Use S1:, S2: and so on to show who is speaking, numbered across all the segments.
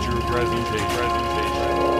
S1: presentation.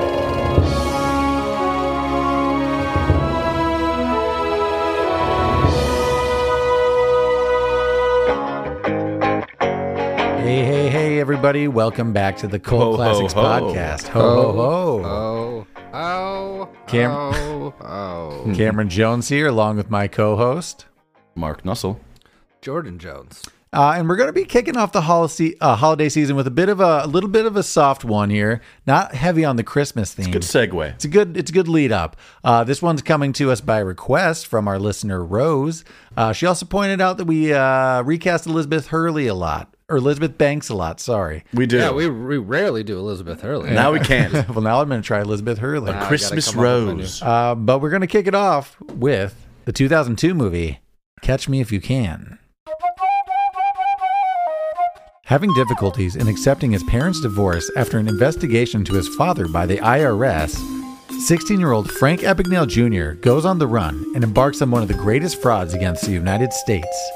S2: Hey, hey, hey, everybody. Welcome back to the Cult
S1: Ho, ho,
S2: Classics
S1: ho.
S2: Podcast. Ho, ho, ho.
S3: Oh, oh,
S2: Cam-
S3: oh, oh.
S2: Cameron Jones here, along with my co host.
S1: Mark Nussel.
S3: Jordan Jones.
S2: Uh, and we're going to be kicking off the holiday, uh, holiday season with a bit of a, a little bit of a soft one here, not heavy on the Christmas theme.
S1: Good segue.
S2: It's a good it's a good lead up. Uh, this one's coming to us by request from our listener Rose. Uh, she also pointed out that we uh, recast Elizabeth Hurley a lot, or Elizabeth Banks a lot. Sorry.
S1: We do.
S3: Yeah, we, we rarely do Elizabeth Hurley.
S1: now we can't.
S2: Well, now I'm going to try Elizabeth Hurley.
S3: gotta
S1: Christmas
S3: come up with a
S1: Rose.
S2: Uh, but we're going to kick it off with the 2002 movie Catch Me If You Can. Having difficulties in accepting his parents' divorce after an investigation to his father by the IRS, 16 year old Frank Epignale Jr. goes on the run and embarks on one of the greatest frauds against the United States.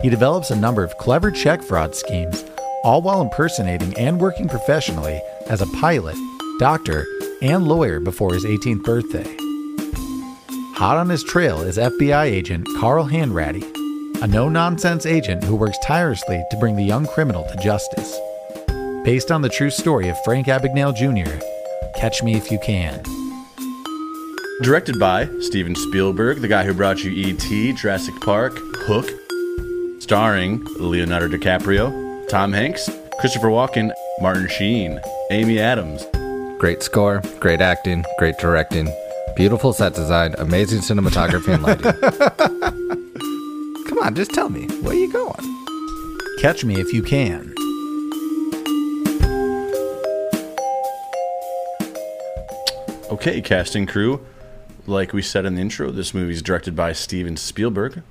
S2: He develops a number of clever check fraud schemes, all while impersonating and working professionally as a pilot, doctor, and lawyer before his 18th birthday. Hot on his trail is FBI agent Carl Hanratty, a no nonsense agent who works tirelessly to bring the young criminal to justice. Based on the true story of Frank Abagnale Jr., Catch Me If You Can.
S1: Directed by Steven Spielberg, the guy who brought you E.T., Jurassic Park, Hook. Starring Leonardo DiCaprio, Tom Hanks, Christopher Walken, Martin Sheen, Amy Adams.
S3: Great score, great acting, great directing, beautiful set design, amazing cinematography and lighting. Come on, just tell me, where are you going?
S2: Catch Me If You Can.
S1: Okay, casting crew. Like we said in the intro, this movie's directed by Steven Spielberg.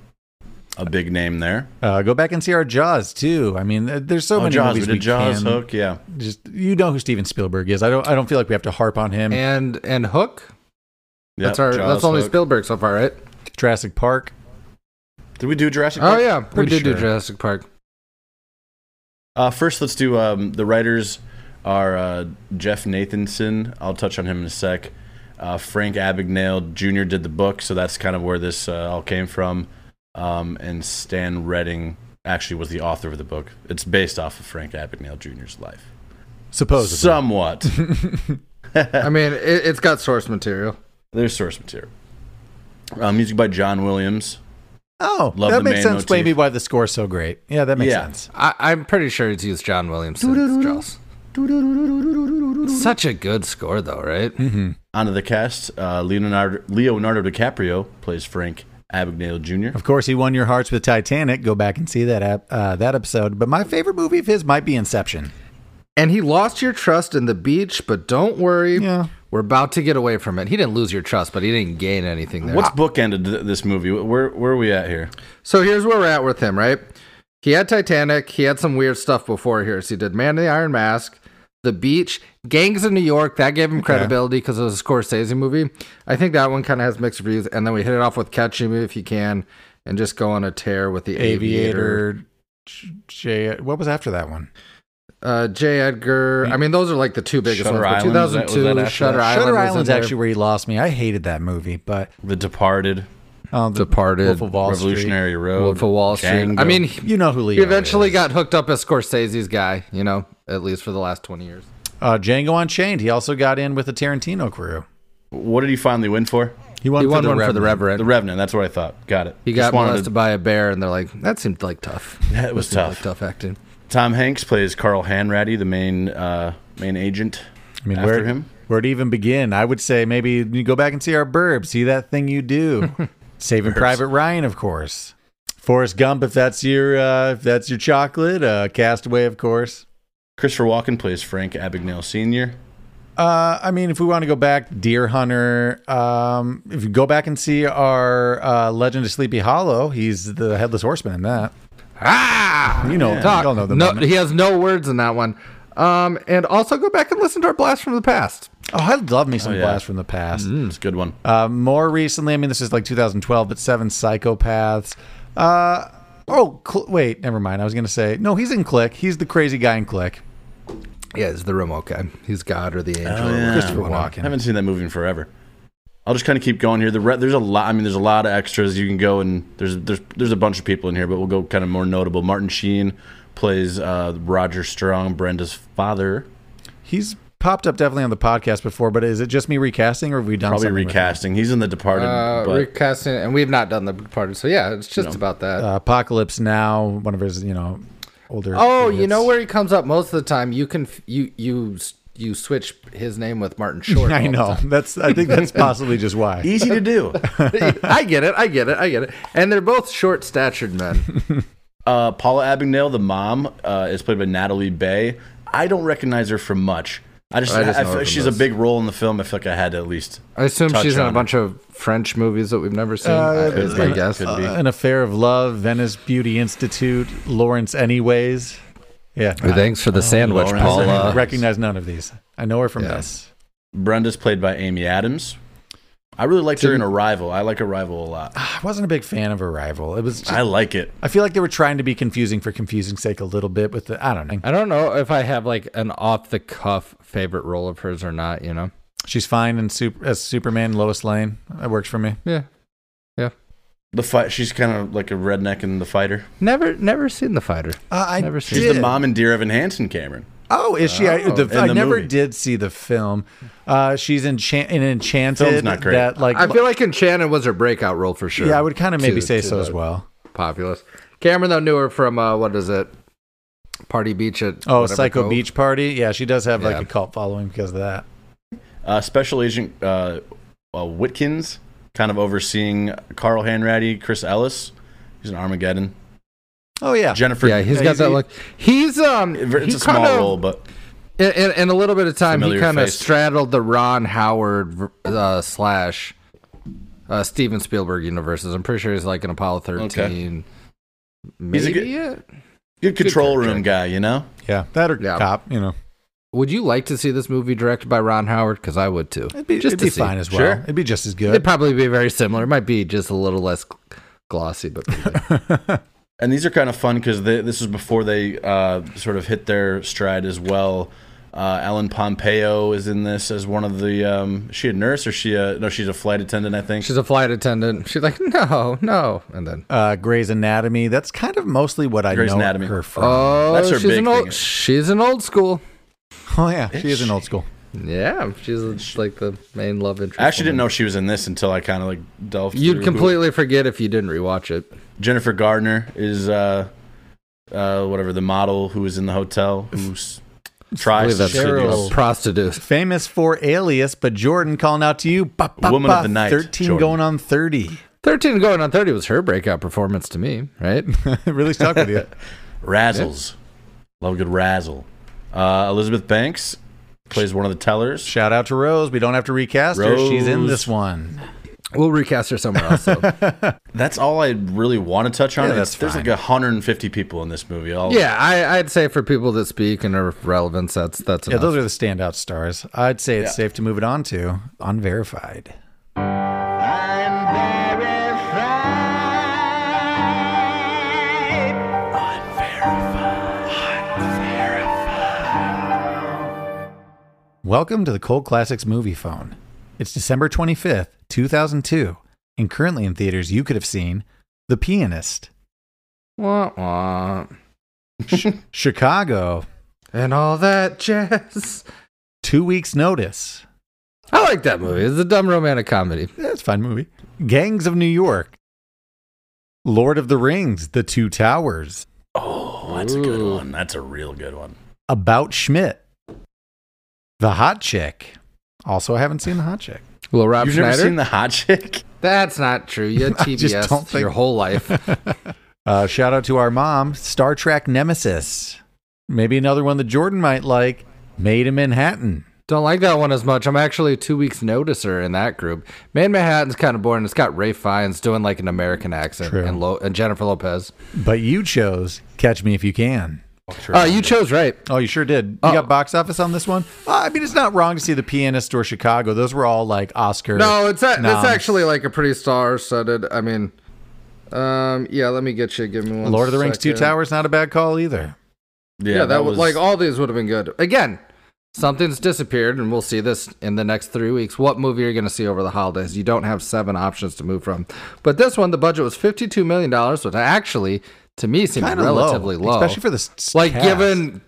S1: A big name there.
S2: Uh, go back and see our Jaws too. I mean, th- there's so
S1: Oh,
S2: many
S1: Jaws, we
S2: movies
S1: did Jaws,
S2: can-
S1: Hook, yeah.
S2: just you know who Steven Spielberg is. I don't I don't feel like we have to harp on him.
S3: And and Hook?
S1: Yep,
S3: that's our
S1: Jaws,
S3: that's only
S1: Hook.
S3: Spielberg so far, right?
S2: Jurassic Park.
S1: Did we do Jurassic
S3: Oh
S1: Park?
S3: yeah, we
S2: pretty
S3: did do
S2: sure.
S3: Jurassic Park.
S1: Uh, first, let's do um, the writers are uh, Jeff Nathanson. I'll touch on him in a sec. Uh, Frank Abagnale Jr. did the book, so that's kind of where this uh, all came from. Um, and Stan Redding actually was the author of the book. It's based off of Frank Abagnale Jr.'s life.
S2: Supposedly.
S1: Somewhat.
S3: I mean, it, it's got source material.
S1: There's source material. Uh, music by John Williams.
S2: oh,
S1: Love the
S2: that makes
S1: main
S2: sense.
S1: motif.
S2: Maybe why the score's so great. Yeah, that makes
S1: Yeah.
S2: sense.
S3: I, I'm pretty sure it's used John Williams since Jaws. Such a good score, though, right?
S1: Onto the cast, uh, Leonardo, Leonardo DiCaprio plays Frank Abagnale Jr.
S2: Of course, he won your hearts with Titanic. Go back and see that ep- uh, that episode. But my favorite movie of his might be Inception.
S3: And he lost your trust in the beach, but don't worry.
S2: Yeah.
S3: We're about to get away from it. He didn't lose your trust, but he didn't gain anything there.
S1: What's bookended th- this movie? Where where are we at here?
S3: So here's where we're at with him, right? He had Titanic. He had some weird stuff before here. So he did Man in the Iron Mask, The Beach, Gangs in New York. That gave him credibility because it was a Scorsese movie. I think that one kind of has mixed reviews. And then we hit it off with Catch Me If You Can and just go on a tear with the Aviator.
S2: Aviator. J- J. What was after that one?
S3: Uh, J. Edgar. I mean, those are like the two biggest
S1: Shutter
S3: ones.
S1: Island,
S3: But
S1: was that- was
S3: 2002,
S1: that after
S3: Shutter
S1: that?
S3: Island.
S2: Shutter
S3: was in
S2: Island's
S3: there.
S2: actually where he lost me. I hated that movie, but
S1: The Departed,
S2: um, the
S3: Departed,
S2: Wolf of Wall
S1: Revolutionary Road,
S3: Wolf of Wall Street.
S1: Django.
S3: I mean, he
S2: Street. You know who Leo
S3: he eventually
S2: is.
S3: got hooked up as Scorsese's guy, you know, at least for the last 20 years.
S2: uh, Django Unchained. He also got in with the Tarantino crew.
S1: what did he finally win for?
S2: He won,
S3: He
S2: for,
S3: won
S2: the
S3: one for the
S2: Revenant.
S1: The
S3: Reverend.
S1: Revenant. That's what I thought. Got it.
S3: He
S1: Just
S3: got
S1: wanted
S3: molested
S1: to-
S3: by a bear, and they're like, that seemed like tough.
S1: That was
S3: Seemed like
S1: tough.
S3: tough acting.
S1: Tom Hanks plays Carl Hanratty, the main uh, main agent.
S2: I mean,
S1: after
S2: where,
S1: him.
S2: where'd even begin? I would say maybe you go back and see our burb, see that thing you do. Saving Private Ryan, of course. Forrest Gump, if that's your uh, if that's your chocolate. Uh, Castaway, of course.
S1: Christopher Walken plays Frank Abagnale Sr.
S2: Uh, I mean, if we want to go back, Deer Hunter. Um, if you go back and see our uh, Legend of Sleepy Hollow, he's the headless horseman in that.
S3: Ah!
S2: You know,
S3: Talk.
S2: you all know the
S3: no,
S2: moment.
S3: he has no words in that one. Um, and also go back and listen to our blast from the past.
S2: Oh, I love me some
S1: Oh, yeah.
S2: blast from the past.
S3: Hmm.
S1: It's a good one.
S2: Uh, more recently, I mean, this is like 2012, but Seven Psychopaths. Uh, oh, cl- wait, never mind. I was going to say, no, he's in Click. He's the crazy guy in Click.
S3: Yeah, he's the remote guy. He's God or the angel.
S1: Oh, yeah.
S2: Christopher
S3: Wow.
S1: I
S2: Walken.
S1: haven't seen that movie in forever. I'll just kind of keep going here. The re- there's a lot. I mean, there's a lot of extras you can go and there's there's there's a bunch of people in here, but we'll go kind of more notable. Martin Sheen plays uh, Roger Strong, Brenda's father.
S2: He's popped up definitely on the podcast before, but is it just me recasting or have we done
S1: Probably
S2: something with him?
S1: recasting. He's in The Departed,
S3: Uh,
S1: but
S3: recasting, and we've not done the part. So yeah, it's just about that.
S2: Uh, Apocalypse Now, one of his, you know, older.
S3: oh, you
S2: hits.
S3: know where he comes up most of the time. You can f- you you s- you switch his name with Martin Short. all
S2: I
S3: the
S2: know. That's. I think that's possibly just why.
S1: easy to do.
S3: time. I get it. I get it. I get it. And they're both short-statured men.
S1: Uh, Paula Abingdale, the mom, uh, is played by Natalie Bay. I don't recognize her from much. I just,
S3: I just
S1: I, I
S3: know her
S1: feel
S3: from
S1: she's
S3: this.
S1: a big role in the film. I feel like I had to at least.
S3: I assume
S1: Touch
S3: she's in
S1: on
S3: a
S1: it.
S3: bunch of French movies that we've never seen.
S2: Uh,
S3: Uh, is my
S1: could be.
S3: guess.
S1: Could be.
S2: An Affair of Love, Venice Beauty Institute, Lawrence, anyways. Yeah.
S3: Thanks
S2: Uh,
S3: for the sandwich,
S1: Lawrence.
S2: I
S1: Paula.
S2: recognize none of these. I know her from
S3: Yeah.
S2: this.
S1: Brenda's played by Amy Adams. I really liked her in Arrival. I like Arrival a lot.
S3: Ah,
S2: I wasn't a big fan of Arrival. It was. Just,
S1: I like it.
S2: I feel like they were trying to be confusing for confusing's sake a little bit with the. I don't know.
S3: I don't know if I have like an off the cuff favorite role of hers or not, you know?
S2: She's fine and super, as Superman, Lois Lane. That works for me.
S3: Yeah.
S1: The fight. She's kind of like a redneck in The Fighter.
S3: Never never seen The Fighter.
S2: Uh, I
S3: Never seen
S1: She's
S2: did.
S1: the mom and dear Evan Hansen, Cameron.
S2: Oh, is she? I,
S3: Oh.
S2: the,
S1: In
S2: I
S1: the
S2: never
S1: movie.
S2: did see the film. Uh, she's enchan- in Enchanted.
S1: Film's not great.
S2: That like,
S3: I feel like Enchanted was her breakout role for sure.
S2: yeah, I would kind of maybe
S3: To-
S2: say
S3: to
S2: so
S3: the
S2: as well.
S3: Populous. Cameron though knew her from uh, what is it? Party Beach at
S2: Oh,
S3: whatever
S2: Psycho
S3: Cove.
S2: Beach Party. Yeah, she does have like
S3: Yeah.
S2: a cult following because of that.
S1: Uh, Special Agent uh, uh, Whitkins, kind of overseeing Carl Hanratty, Chris Ellis. He's an Armageddon.
S2: Oh yeah,
S1: Jennifer.
S3: Yeah, he's got that
S2: Daisy.
S3: look. He's um
S1: It's
S3: he
S1: a small
S3: kind of-
S1: role, but
S3: In, in, in a little bit of time, he
S1: Familiar
S3: kind of
S1: face.
S3: straddled the Ron Howard uh, slash uh, Steven Spielberg universes. I'm pretty sure he's like an Apollo 13. Maybe
S1: He's a
S3: it.
S1: good control room
S3: character.
S1: guy, you know?
S2: yeah, that or
S3: Yeah.
S2: cop. You know,
S3: Would you like to see this movie directed by Ron Howard? Because I would too.
S2: it'd be
S3: Just
S2: it'd
S3: to
S2: be
S3: see.
S2: fine as well.
S1: Sure.
S2: It'd be just as
S3: It'd
S2: good.
S3: probably be very similar. It might be just a little less gl- glossy, but
S1: And these are kind of fun because this was before they uh, sort of hit their stride as well. Uh, Ellen Pompeo is in this as one of the. Um, is she a nurse or she a no? She's a flight attendant, I think.
S3: she's a flight attendant. She's like, no, no, and then
S2: uh, Grey's Anatomy. That's kind of mostly what I
S1: Grey's
S2: know
S1: Anatomy.
S2: her from.
S3: oh,
S1: That's her
S3: she's
S1: big
S3: an
S1: thing.
S3: old, she's an old school.
S2: oh yeah, she is an old school.
S3: Yeah, she's like the main love interest.
S1: I actually didn't
S3: woman.
S1: know she was in this until I kind of like delved.
S3: You'd
S1: through.
S3: completely forget if you didn't rewatch it.
S1: Jennifer Gardner is uh, uh, whatever the model who is in the hotel who s-
S3: I
S1: tries
S3: believe
S1: to
S3: that's
S1: seduce.
S2: Cheryl.
S3: Cheryl. prostitute.
S2: Famous for Alias, but Jordan calling out to you. Ba, ba,
S1: Woman of
S2: ba,
S1: the night,
S2: Thirteen
S1: Jordan.
S2: going on thirty.
S3: 13 going on 30 was her breakout performance to me, right?
S2: It really stuck with you.
S1: razzles. Love a good razzle. Uh, Elizabeth Banks plays one of the tellers.
S2: Shout out to Rose. We don't have to recast her. She's in
S1: Rose.
S2: this one.
S3: we'll recast her somewhere else. though.
S1: That's all I really want to touch on.
S2: Yeah,
S1: It's-
S2: that's
S1: There's
S2: fine.
S1: like 150 people in this movie. Oh, All
S3: yeah, I, I'd say for people that speak and are relevant, that's that's
S2: Yeah,
S3: enough.
S2: those are the standout stars. I'd say it's
S1: Yeah.
S2: safe to move it on to Unverified. Welcome to the Cold Classics Movie Phone. It's December 25th, 2002, and currently in theaters you could have seen The Pianist,
S3: Wah, wah.
S2: Chicago,
S3: And all that jazz.
S2: Two Weeks Notice,
S3: I like that movie. It's a dumb romantic comedy.
S2: that's a fine movie, Gangs of New York, Lord of the Rings, The Two Towers,
S1: Oh, that's a good
S3: Ooh.
S1: one. That's a real good one.
S2: About Schmidt, The Hot Chick. Also, I haven't seen The Hot Chick.
S3: Well, Rob
S1: You've
S3: Schneider.
S1: never seen the hot chick?
S3: that's not true. You had
S2: I just
S3: TBS
S2: don't think-
S3: your whole life.
S2: Uh, shout out to our mom, Star Trek Nemesis. Maybe another one that Jordan might like, Made in Manhattan.
S3: Don't like that one as much. I'm actually a two weeks noticer in that group. Man Manhattan's kind of boring. It's got Ray Fiennes doing like an American accent
S2: True.
S3: and, Lo- and Jennifer Lopez.
S2: But you chose Catch Me If You Can.
S3: Uh, you chose right.
S2: Oh, you sure did. You
S3: Oh.
S2: got box office on this one? Uh, I mean, it's not wrong to see The Pianist or Chicago. Those were all like Oscar.
S3: No, it's a,
S2: noms.
S3: that's actually like a pretty star-studded. I mean, um, yeah. Let me get you. Give me one.
S2: Lord of the Rings, Two
S3: second.
S2: Towers, not a bad call either.
S3: Yeah, that, was like all these would have been good. Again, Something's disappeared, and we'll see this in the next three weeks. What movie are you going to see over the holidays? You don't have seven options to move from. But this one, the budget was $52 million, which actually, to me, seems
S2: Kinda
S3: relatively low.
S2: especially for this.
S3: like,
S2: cast.
S3: given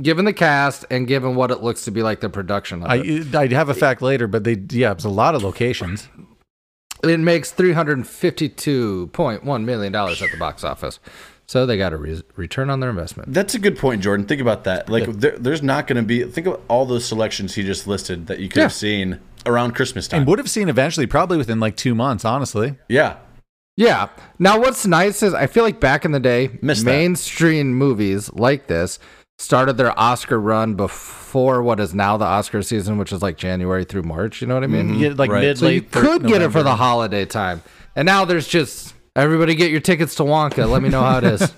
S3: given the cast and given what it looks to be like the production of it.
S2: I I have a fact later, but they yeah, it's a lot of locations.
S3: It makes $352.1 million at the box office. So they got a re- return on their investment.
S1: That's a good point, Jordan. Think about that. Like, there, there's not going to be. Think of all those selections he just listed that you could
S3: Yeah.
S1: have seen around Christmas time.
S2: And would have seen eventually, probably within like two months. Honestly,
S1: yeah,
S3: Yeah. Now, what's nice is I feel like back in the day,
S1: Missed that.
S3: mainstream movies like this started their Oscar run before what is now the Oscar season, which is like January through March. You know what I mean?
S2: You get, Mm-hmm. like
S1: Right.
S2: mid
S3: So you
S2: late.
S3: could get it for the holiday time. And now there's just everybody get your tickets to Wonka. Let me know how it is.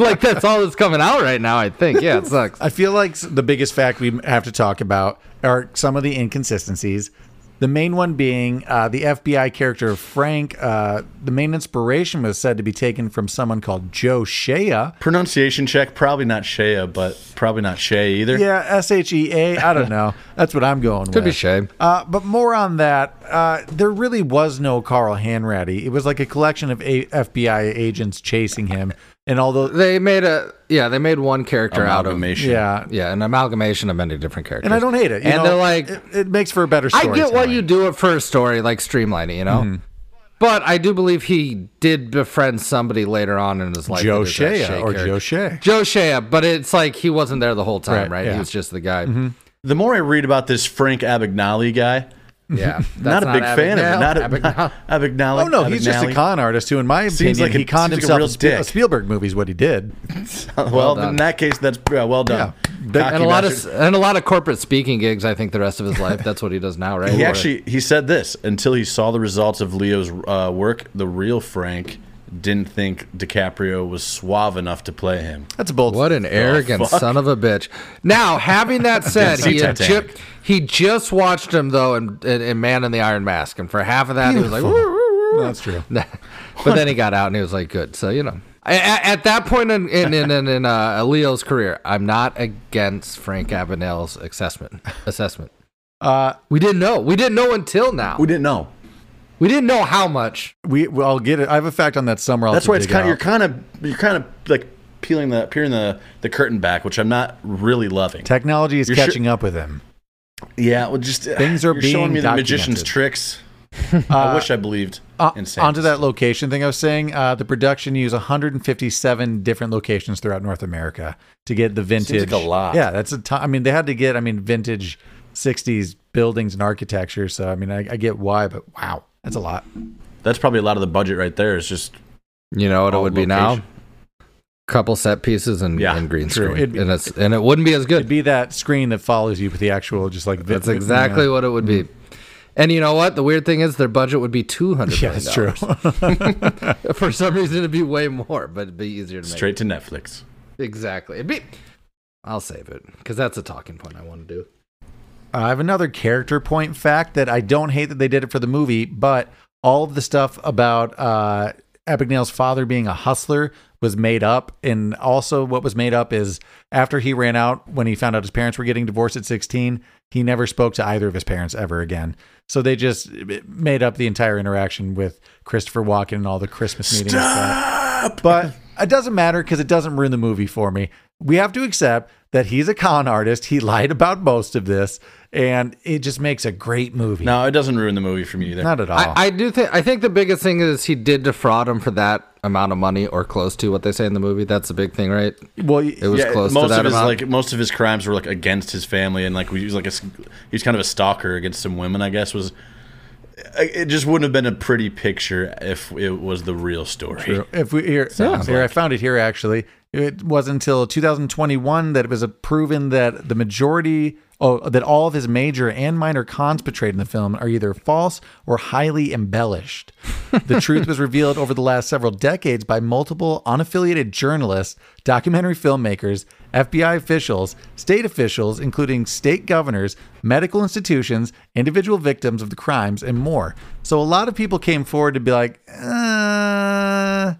S3: like that's all that's coming out right now, I think. Yeah, it sucks.
S2: I feel like the biggest fact we have to talk about are some of the inconsistencies. The main one being uh, the FBI character Frank. Uh, the main inspiration was said to be taken from someone called Joe Shea.
S1: pronunciation check. Probably not Shea, but probably not Shea either.
S2: Yeah, S H E A. I don't know. That's what I'm going with.
S3: Could be shame.
S2: Uh, but more on that. Uh, there really was no Carl Hanratty. It was like a collection of a- FBI agents chasing him. And although,
S3: They made a yeah, they made one character out of
S1: Amalgamation.
S2: yeah,
S3: yeah, an amalgamation of many different characters.
S2: and I don't hate it. you
S3: And
S2: know,
S3: they're like-
S2: it, it makes for a better.
S3: I get why
S2: storytelling.
S3: you do it for a story, like streamlining, you know.
S1: Mm-hmm.
S3: But I do believe he did befriend somebody later on in his life.
S2: Joe
S3: that is that
S2: Shea
S3: Shea
S2: or
S3: character.
S2: Joe Shea.
S3: Joe Shea, but it's like he wasn't there the whole time,
S2: Right,
S3: right?
S2: yeah.
S3: He was just the guy.
S1: The more I read about this Frank Abagnale guy,
S3: Yeah, that's
S1: Mm-hmm. not a big fan of it. Not a,
S3: Abagnale.
S1: not- Abagnale.
S2: Oh no, he's just a
S1: Abagnale.
S2: con artist who, in my opinion,
S1: like a-
S2: he conned
S1: seems like
S2: himself
S1: a real
S2: a, Spe- a
S1: dick.
S2: Spielberg movie. Is what he did.
S1: well,
S3: done.
S1: in that case, that's yeah, well done.
S2: Yeah.
S1: Cocky
S3: and a lot
S1: bastard.
S3: of and a lot of corporate speaking gigs. I think the rest of his life, that's what he does now, right?
S1: He actually he said this until he saw the results of Leo's uh, work. The real Frank didn't think DiCaprio was suave enough to play him.
S2: That's a bold.
S3: What
S1: Oh,
S3: an arrogant son of a bitch. Now, having that said,
S1: see
S3: he, had ju-
S1: Titanic.
S3: he just watched him, though, in, in, in Man in the Iron Mask. And for half of that, he was like, "Woo, woo, woo."
S2: No, that's true.
S3: but then he got out and he was like, good. So, you know. A- a- At, that point in in, in, in, in uh, Leo's career, I'm not against Frank Abagnale's assessment. Assessment.
S2: Uh,
S3: We didn't know. We didn't know until now.
S1: We didn't know.
S3: We didn't know how much.
S2: we well, I'll get it. I have a fact on that somewhere. I'll
S1: That's
S2: have to
S1: why it's
S2: dig
S1: kind of
S2: out.
S1: you're kind of you're kind of like peeling the peering the the curtain back, which I'm not really loving.
S2: Technology is
S1: You're sure-
S2: catching up with him.
S1: yeah, well, just uh,
S2: Things are
S1: you're showing
S2: being
S1: me the magician's
S2: documented.
S1: tricks. I wish I believed.
S2: Uh,
S1: in Santa's.
S2: onto that location thing I was saying, uh, the production used 157 different locations throughout North America to get the vintage.
S1: like a lot.
S2: Yeah, that's a ton. I mean, they had to get, I mean, vintage 60s buildings and architecture. So, I mean, I, I get why, but wow, that's a lot.
S1: That's probably a lot of the budget right there. Is just
S3: You know what it
S2: Oh,
S1: All
S3: would be now?
S1: location.
S3: Couple set pieces and,
S1: Yeah,
S3: and green
S2: true. It'd
S3: screen.
S2: be-
S3: and, it's, and it wouldn't be as good.
S2: It'd be that screen that follows you with the actual, just like. vi-
S3: That's
S2: vi-
S3: exactly
S2: yeah. Mm-hmm.
S3: what it would be. And you know what? The weird thing is their budget would be two hundred.
S2: Yeah, that's true.
S3: For some reason, it'd be way more, but it'd be easier to make.
S1: straight to Netflix.
S3: Exactly. It'd be. I'll save it because that's a talking point I want to do.
S2: I have another character point fact that I don't hate that they did it for the movie, but all of the stuff about uh, Abagnale's father being a hustler was made up. And also, what was made up is after he ran out, when he found out his parents were getting divorced at 16, he never spoke to either of his parents ever again. So they just made up the entire interaction with Christopher Walken and all the Christmas meetings. that- but it doesn't matter because it doesn't ruin the movie for me. We have to accept that he's a con artist. He lied about most of this, and it just makes a great movie.
S1: No, it doesn't ruin the movie for me either.
S2: Not at all.
S3: I, I do think. I think the biggest thing is he did defraud him for that amount of money or close to what they say in the movie. That's the big thing, right?
S2: well, y-
S3: It was
S1: Yeah,
S3: close
S1: most
S3: to that
S1: of his
S3: amount.
S1: like most of his crimes were like against his family and like he was like a s- he's kind of a stalker against some women i guess was I- it just wouldn't have been a pretty picture if it was the real story
S2: if we here, here I found it here actually. It wasn't until 2021 that it was proven that the majority, oh, that all of his major and minor cons portrayed in the film are either false or highly embellished. the truth was revealed over the last several decades by multiple unaffiliated journalists, documentary filmmakers, FBI officials, state officials, including state governors, medical institutions, individual victims of the crimes, and more. So a lot of people came forward to be like, uh,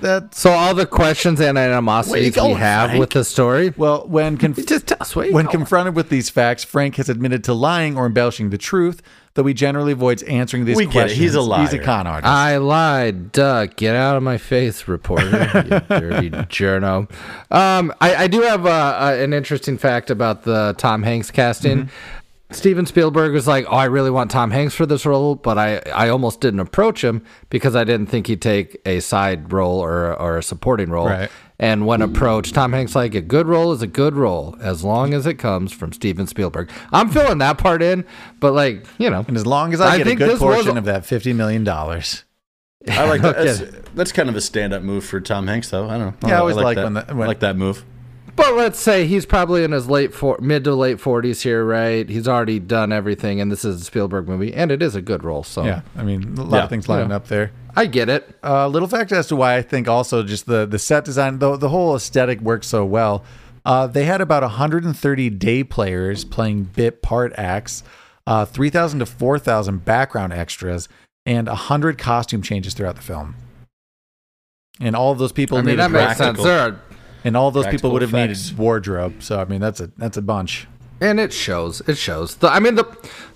S2: that.
S3: So all the questions and
S2: Where you
S3: animosities we
S2: going,
S3: have
S2: Frank?
S3: with the story,
S2: Well, when conf-
S3: just tell us where you
S2: when
S3: going.
S2: confronted with these facts, Frank has admitted to lying or embellishing the truth, though he generally avoids answering these
S1: We get it.
S2: questions.
S1: He's a
S2: He's a
S1: liar.
S2: con artist.
S3: I lied, duck. Get out of my face, reporter. You dirty journo. Um, I, I do have uh, uh, an interesting fact about the Tom Hanks casting.
S2: Mm-hmm.
S3: Steven Spielberg was like, "Oh, I really want Tom Hanks for this role, but I, I almost didn't approach him because I didn't think he'd take a side role or or a supporting role."
S2: Right.
S3: And when approached, Tom Hanks like a good role is a good role as long as it comes from Steven Spielberg. I'm filling that part in, but like you know,
S2: and as long as I,
S3: I
S2: get a
S3: think
S2: good
S3: this was-
S2: portion of that fifty million dollars,
S1: I like that.
S3: Okay.
S1: That's, that's kind of a stand-up move for Tom Hanks, though. I don't know.
S2: Yeah, I always like
S1: that.
S2: when the- when-
S1: I like that move.
S3: But let's say he's probably in his late for- mid to late forties here, right? He's already done everything, and this is a Spielberg movie, and it is a good role, so
S2: yeah, I mean a lot
S1: Yeah.
S2: of things lining up there.
S3: I get it.
S2: uh, little fact as to why I think also just the the set design, the the whole aesthetic works so well. Uh, they had about 130 day players playing bit part acts, uh, 3,000 to 4,000 background extras, and 100 costume changes throughout the film. And all of those people
S3: I mean,
S2: needed,
S3: that makes sense.
S1: practical-
S3: There are-
S2: and all of those people
S1: practical
S2: would have
S1: effects.
S2: needed wardrobe. So I mean, that's a that's a bunch.
S3: and it shows. It shows. The, I mean, the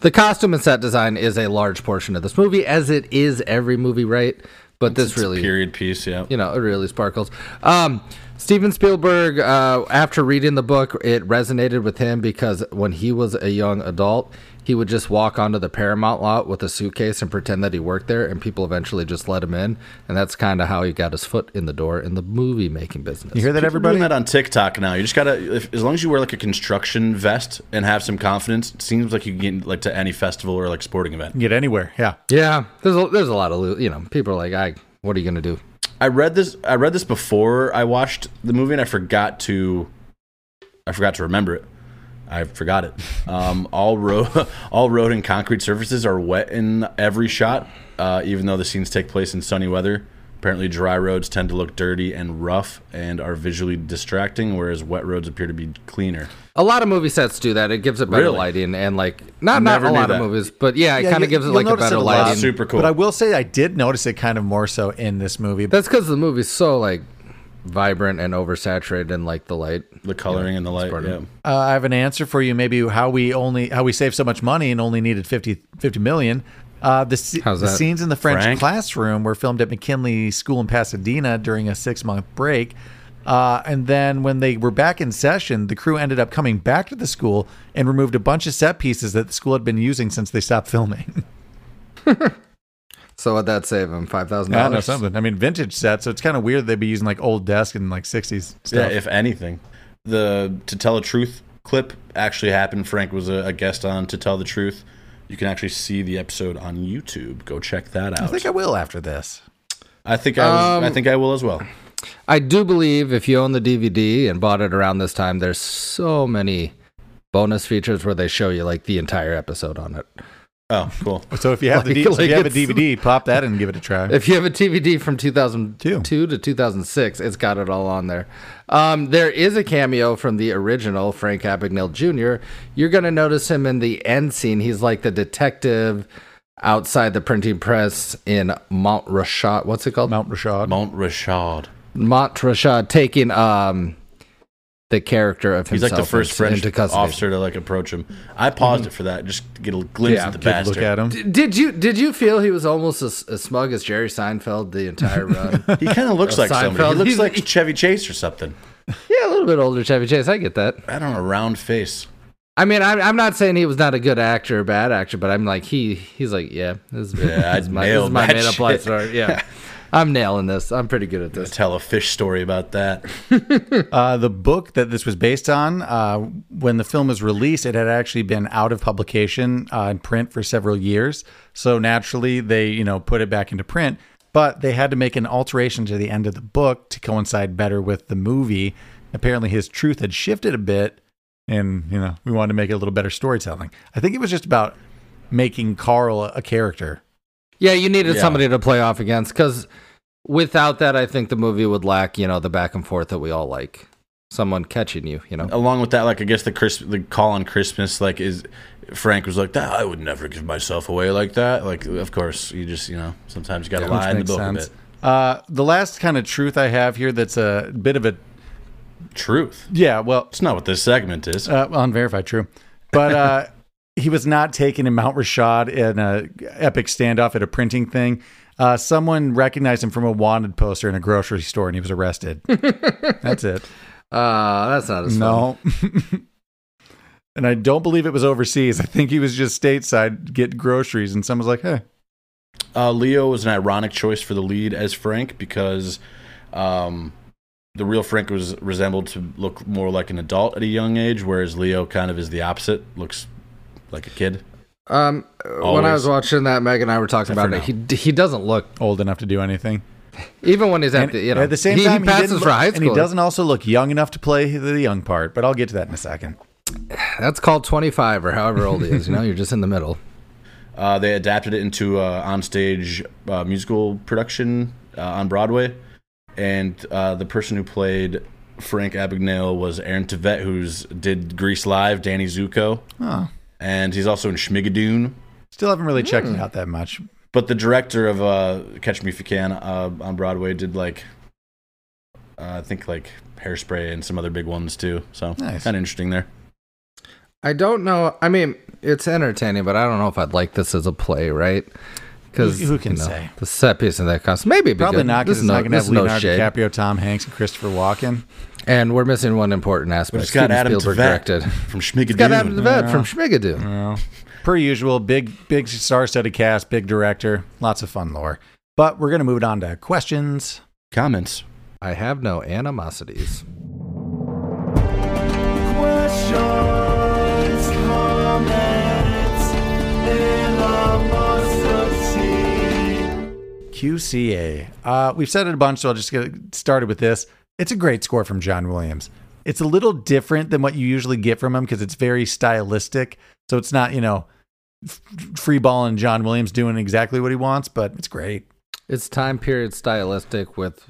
S3: the costume and set design is a large portion of this movie, as it is every movie, right? But this really
S1: Period piece. Yeah.
S3: you know, it really sparkles. Um, Steven Spielberg, uh, after reading the book, it resonated with him because when he was a young adult, he would just walk onto the Paramount lot with a suitcase and pretend that he worked there, and people eventually just let him in. And that's kind of how he got his foot in the door in the movie making business.
S2: You hear that,
S1: Everybody
S2: everybody?
S1: doing that on TikTok now. You just gotta, if, as long as you wear like a construction vest and have some confidence, it seems like you can get like to any festival or like sporting event.
S2: Get anywhere? Yeah.
S3: Yeah, there's a, there's a lot of, lo- you know, people are like, I, what are you going to do?
S1: I read this. I read this before I watched the movie, and I forgot to. I forgot to remember it. I forgot it. Um, all road, all road and concrete surfaces are wet in every shot, uh, even though the scenes take place in sunny weather. Apparently, dry roads tend to look dirty and rough and are visually distracting, whereas wet roads appear to be cleaner.
S3: A lot of movie sets do that. It gives it better
S1: Really?
S3: lighting and like not not
S1: Never
S3: a
S1: knew
S3: lot
S1: that.
S3: of movies, but yeah, it
S2: Yeah,
S3: kind of
S2: you-
S3: gives it
S2: you'll
S3: like a
S2: notice
S3: better
S2: it lot.
S3: lighting.
S1: Super cool.
S2: But I will say I did notice it kind of more so in this movie.
S3: That's because the movie's so like vibrant and oversaturated and like the light.
S1: The coloring and the light.
S3: part of
S1: Yeah.
S3: it.
S2: Uh, I have an answer for you. Maybe how we only how we saved so much money and only needed 50, 50 million. Uh, the, se-
S3: How's
S2: the
S3: that?
S2: scenes in the French
S1: Frank?
S2: classroom were filmed at McKinley School in Pasadena during a six month break. Uh, and then when they were back in session, the crew ended up coming back to the school and removed a bunch of set pieces that the school had been using since they stopped filming.
S3: So would that save him five thousand
S2: I don't know
S3: dollars?
S2: something. I mean, vintage sets, so it's kind of weird they'd be using like old desk and like sixties
S1: Yeah,
S2: stuff.
S1: if anything, the "To Tell the Truth" clip actually happened. Frank was a, a guest on "To Tell the Truth." You can actually see the episode on YouTube. Go check that out.
S2: I think Um, I will after this.
S1: I think I, was, I think I will as well.
S3: I do believe if you own the DVD and bought it around this time, there's so many bonus features where they show you like the entire episode on it.
S1: Oh, cool.
S2: So if you have the
S3: Like-
S2: D- so if
S3: like
S2: you have a
S3: it's-
S2: DVD, pop that and give it a try.
S3: If you have a DVD from 2002
S2: Two.
S3: to 2006, it's got it all on there. Um, there is a cameo from the original Frank Abagnale Jr. You're going to notice him in the end scene. He's like the detective outside the printing press in Mont Rashad. What's it called?
S2: Mount Rashad.
S1: Mount Rashad.
S3: Mont Rashad taking um, the character of
S1: He's
S3: himself
S1: like the first
S3: into-
S1: French
S3: into custody.
S1: officer to like approach him. I paused it for that just to get a glimpse
S3: Yeah,
S1: at the
S2: Take a
S1: bastard.
S2: look at him.
S3: Did you did you feel he was almost as, as smug as Jerry Seinfeld the entire run?
S1: He kind of looks like somebody.
S3: Seinfeld.
S1: He looks
S3: He's-
S1: like Chevy Chase or something.
S3: yeah, a little bit older Chevy Chase. I get that.
S1: I don't know, round face.
S3: I mean, I'm, I'm not saying he was not a good actor or bad actor, but I'm like he he's like yeah, this is,
S1: Yeah,
S3: this is
S1: I
S3: my, this is
S1: nailed
S3: my
S1: that
S3: made up life
S1: shit.
S3: story. Yeah, I'm nailing this. I'm pretty good at this.
S1: Tell a fish story about that.
S2: Uh, the book that this was based on, uh, when the film was released, it had actually been out of publication uh, in print for several years. So naturally, they you know put it back into print, but they had to make an alteration to the end of the book to coincide better with the movie. Apparently, his truth had shifted a bit, and you know we wanted to make it a little better storytelling. I think it was just about making Carl a- a character.
S3: Yeah, you needed
S1: Yeah.
S3: somebody to play off against because without that, I think the movie would lack you know the back and forth that we all like. Someone catching you, you
S2: Oh.
S3: know.
S1: along with that, like I guess the Chris the call on Christmas, like is Frank was like that. I would never give myself away like that. Like of course you just you know sometimes you got to
S2: Which
S1: lie in the
S2: makes
S1: book a
S2: sense.
S1: bit.
S2: Uh, the last kind of truth I have here that's a bit of a
S1: Truth.
S2: yeah, well,
S1: It's not what this segment is.
S2: uh, unverified true, but uh, he was not taken in Mount Rashad in a epic standoff at a printing thing. Uh, someone recognized him from a wanted poster in a grocery store, and he was arrested. that's it.
S1: Oh.
S3: Uh, that's not as fun.
S2: No. and I don't believe it was overseas. I think he was just stateside to get groceries, and someone's like, "Hey,
S1: Uh, Leo was an ironic choice for the lead as Frank because um, the real Frank was resembled to look more like an adult at a young age, whereas Leo kind of is the opposite, looks like a kid.
S3: Um, when I was watching that, Meg and I were talking
S1: Except
S3: about it.
S1: for
S3: He he doesn't look
S2: old enough to do anything."
S3: even when he's at
S2: And
S3: the you know
S2: at the same
S3: he,
S2: time,
S3: he passes
S2: didn't
S3: for
S2: look-
S3: high school.
S2: and he doesn't also look young enough to play the young part. But I'll get to that in a second.
S3: That's called twenty five or however old he is. You know, you're just in the middle.
S1: Uh, they adapted it into uh, onstage uh, musical production uh, on Broadway, and uh, the person who played Frank Abagnale was Aaron Tveit, who's did Grease Live, Danny Zuko,
S2: Oh,
S1: and he's also in Schmigadoon.
S2: still haven't really checked
S3: Hmm.
S2: it out that much.
S1: But the director of uh, Catch Me If You Can uh, on Broadway did like, uh, I think like Hairspray and some other big ones too. So
S2: Nice.
S1: kind of interesting there.
S3: I don't know. I mean, it's entertaining, but I don't know if I'd like this as a play, right? Because
S2: Who- who can say?
S3: the set piece in that cost maybe it'd be
S2: Probably
S3: good.
S2: not because
S3: This is
S2: it's not going to
S3: this
S2: have
S3: is no
S2: Leonardo
S3: shade.
S2: DiCaprio, Tom Hanks, and Christopher Walken.
S3: and we're missing one important aspect.
S1: But it's got
S3: Steven
S1: Adam
S3: Spielberg
S1: Tveit
S3: directed.
S1: from Schmigadoon.
S3: It's got Adam Devette
S2: Yeah.
S3: from Schmigadoon.
S2: Well, per usual, big big star-studded cast, big director, lots of fun lore. But we're going to move it on to questions.
S1: Comments.
S3: I have no animosities.
S2: QCA. Uh, we've said it a bunch, so I'll just get started with this. It's a great score from John Williams. It's a little different than what you usually get from him because it's very stylistic. So it's not, you know, f- free balling John Williams doing exactly what he wants, but it's great.
S3: It's time period stylistic with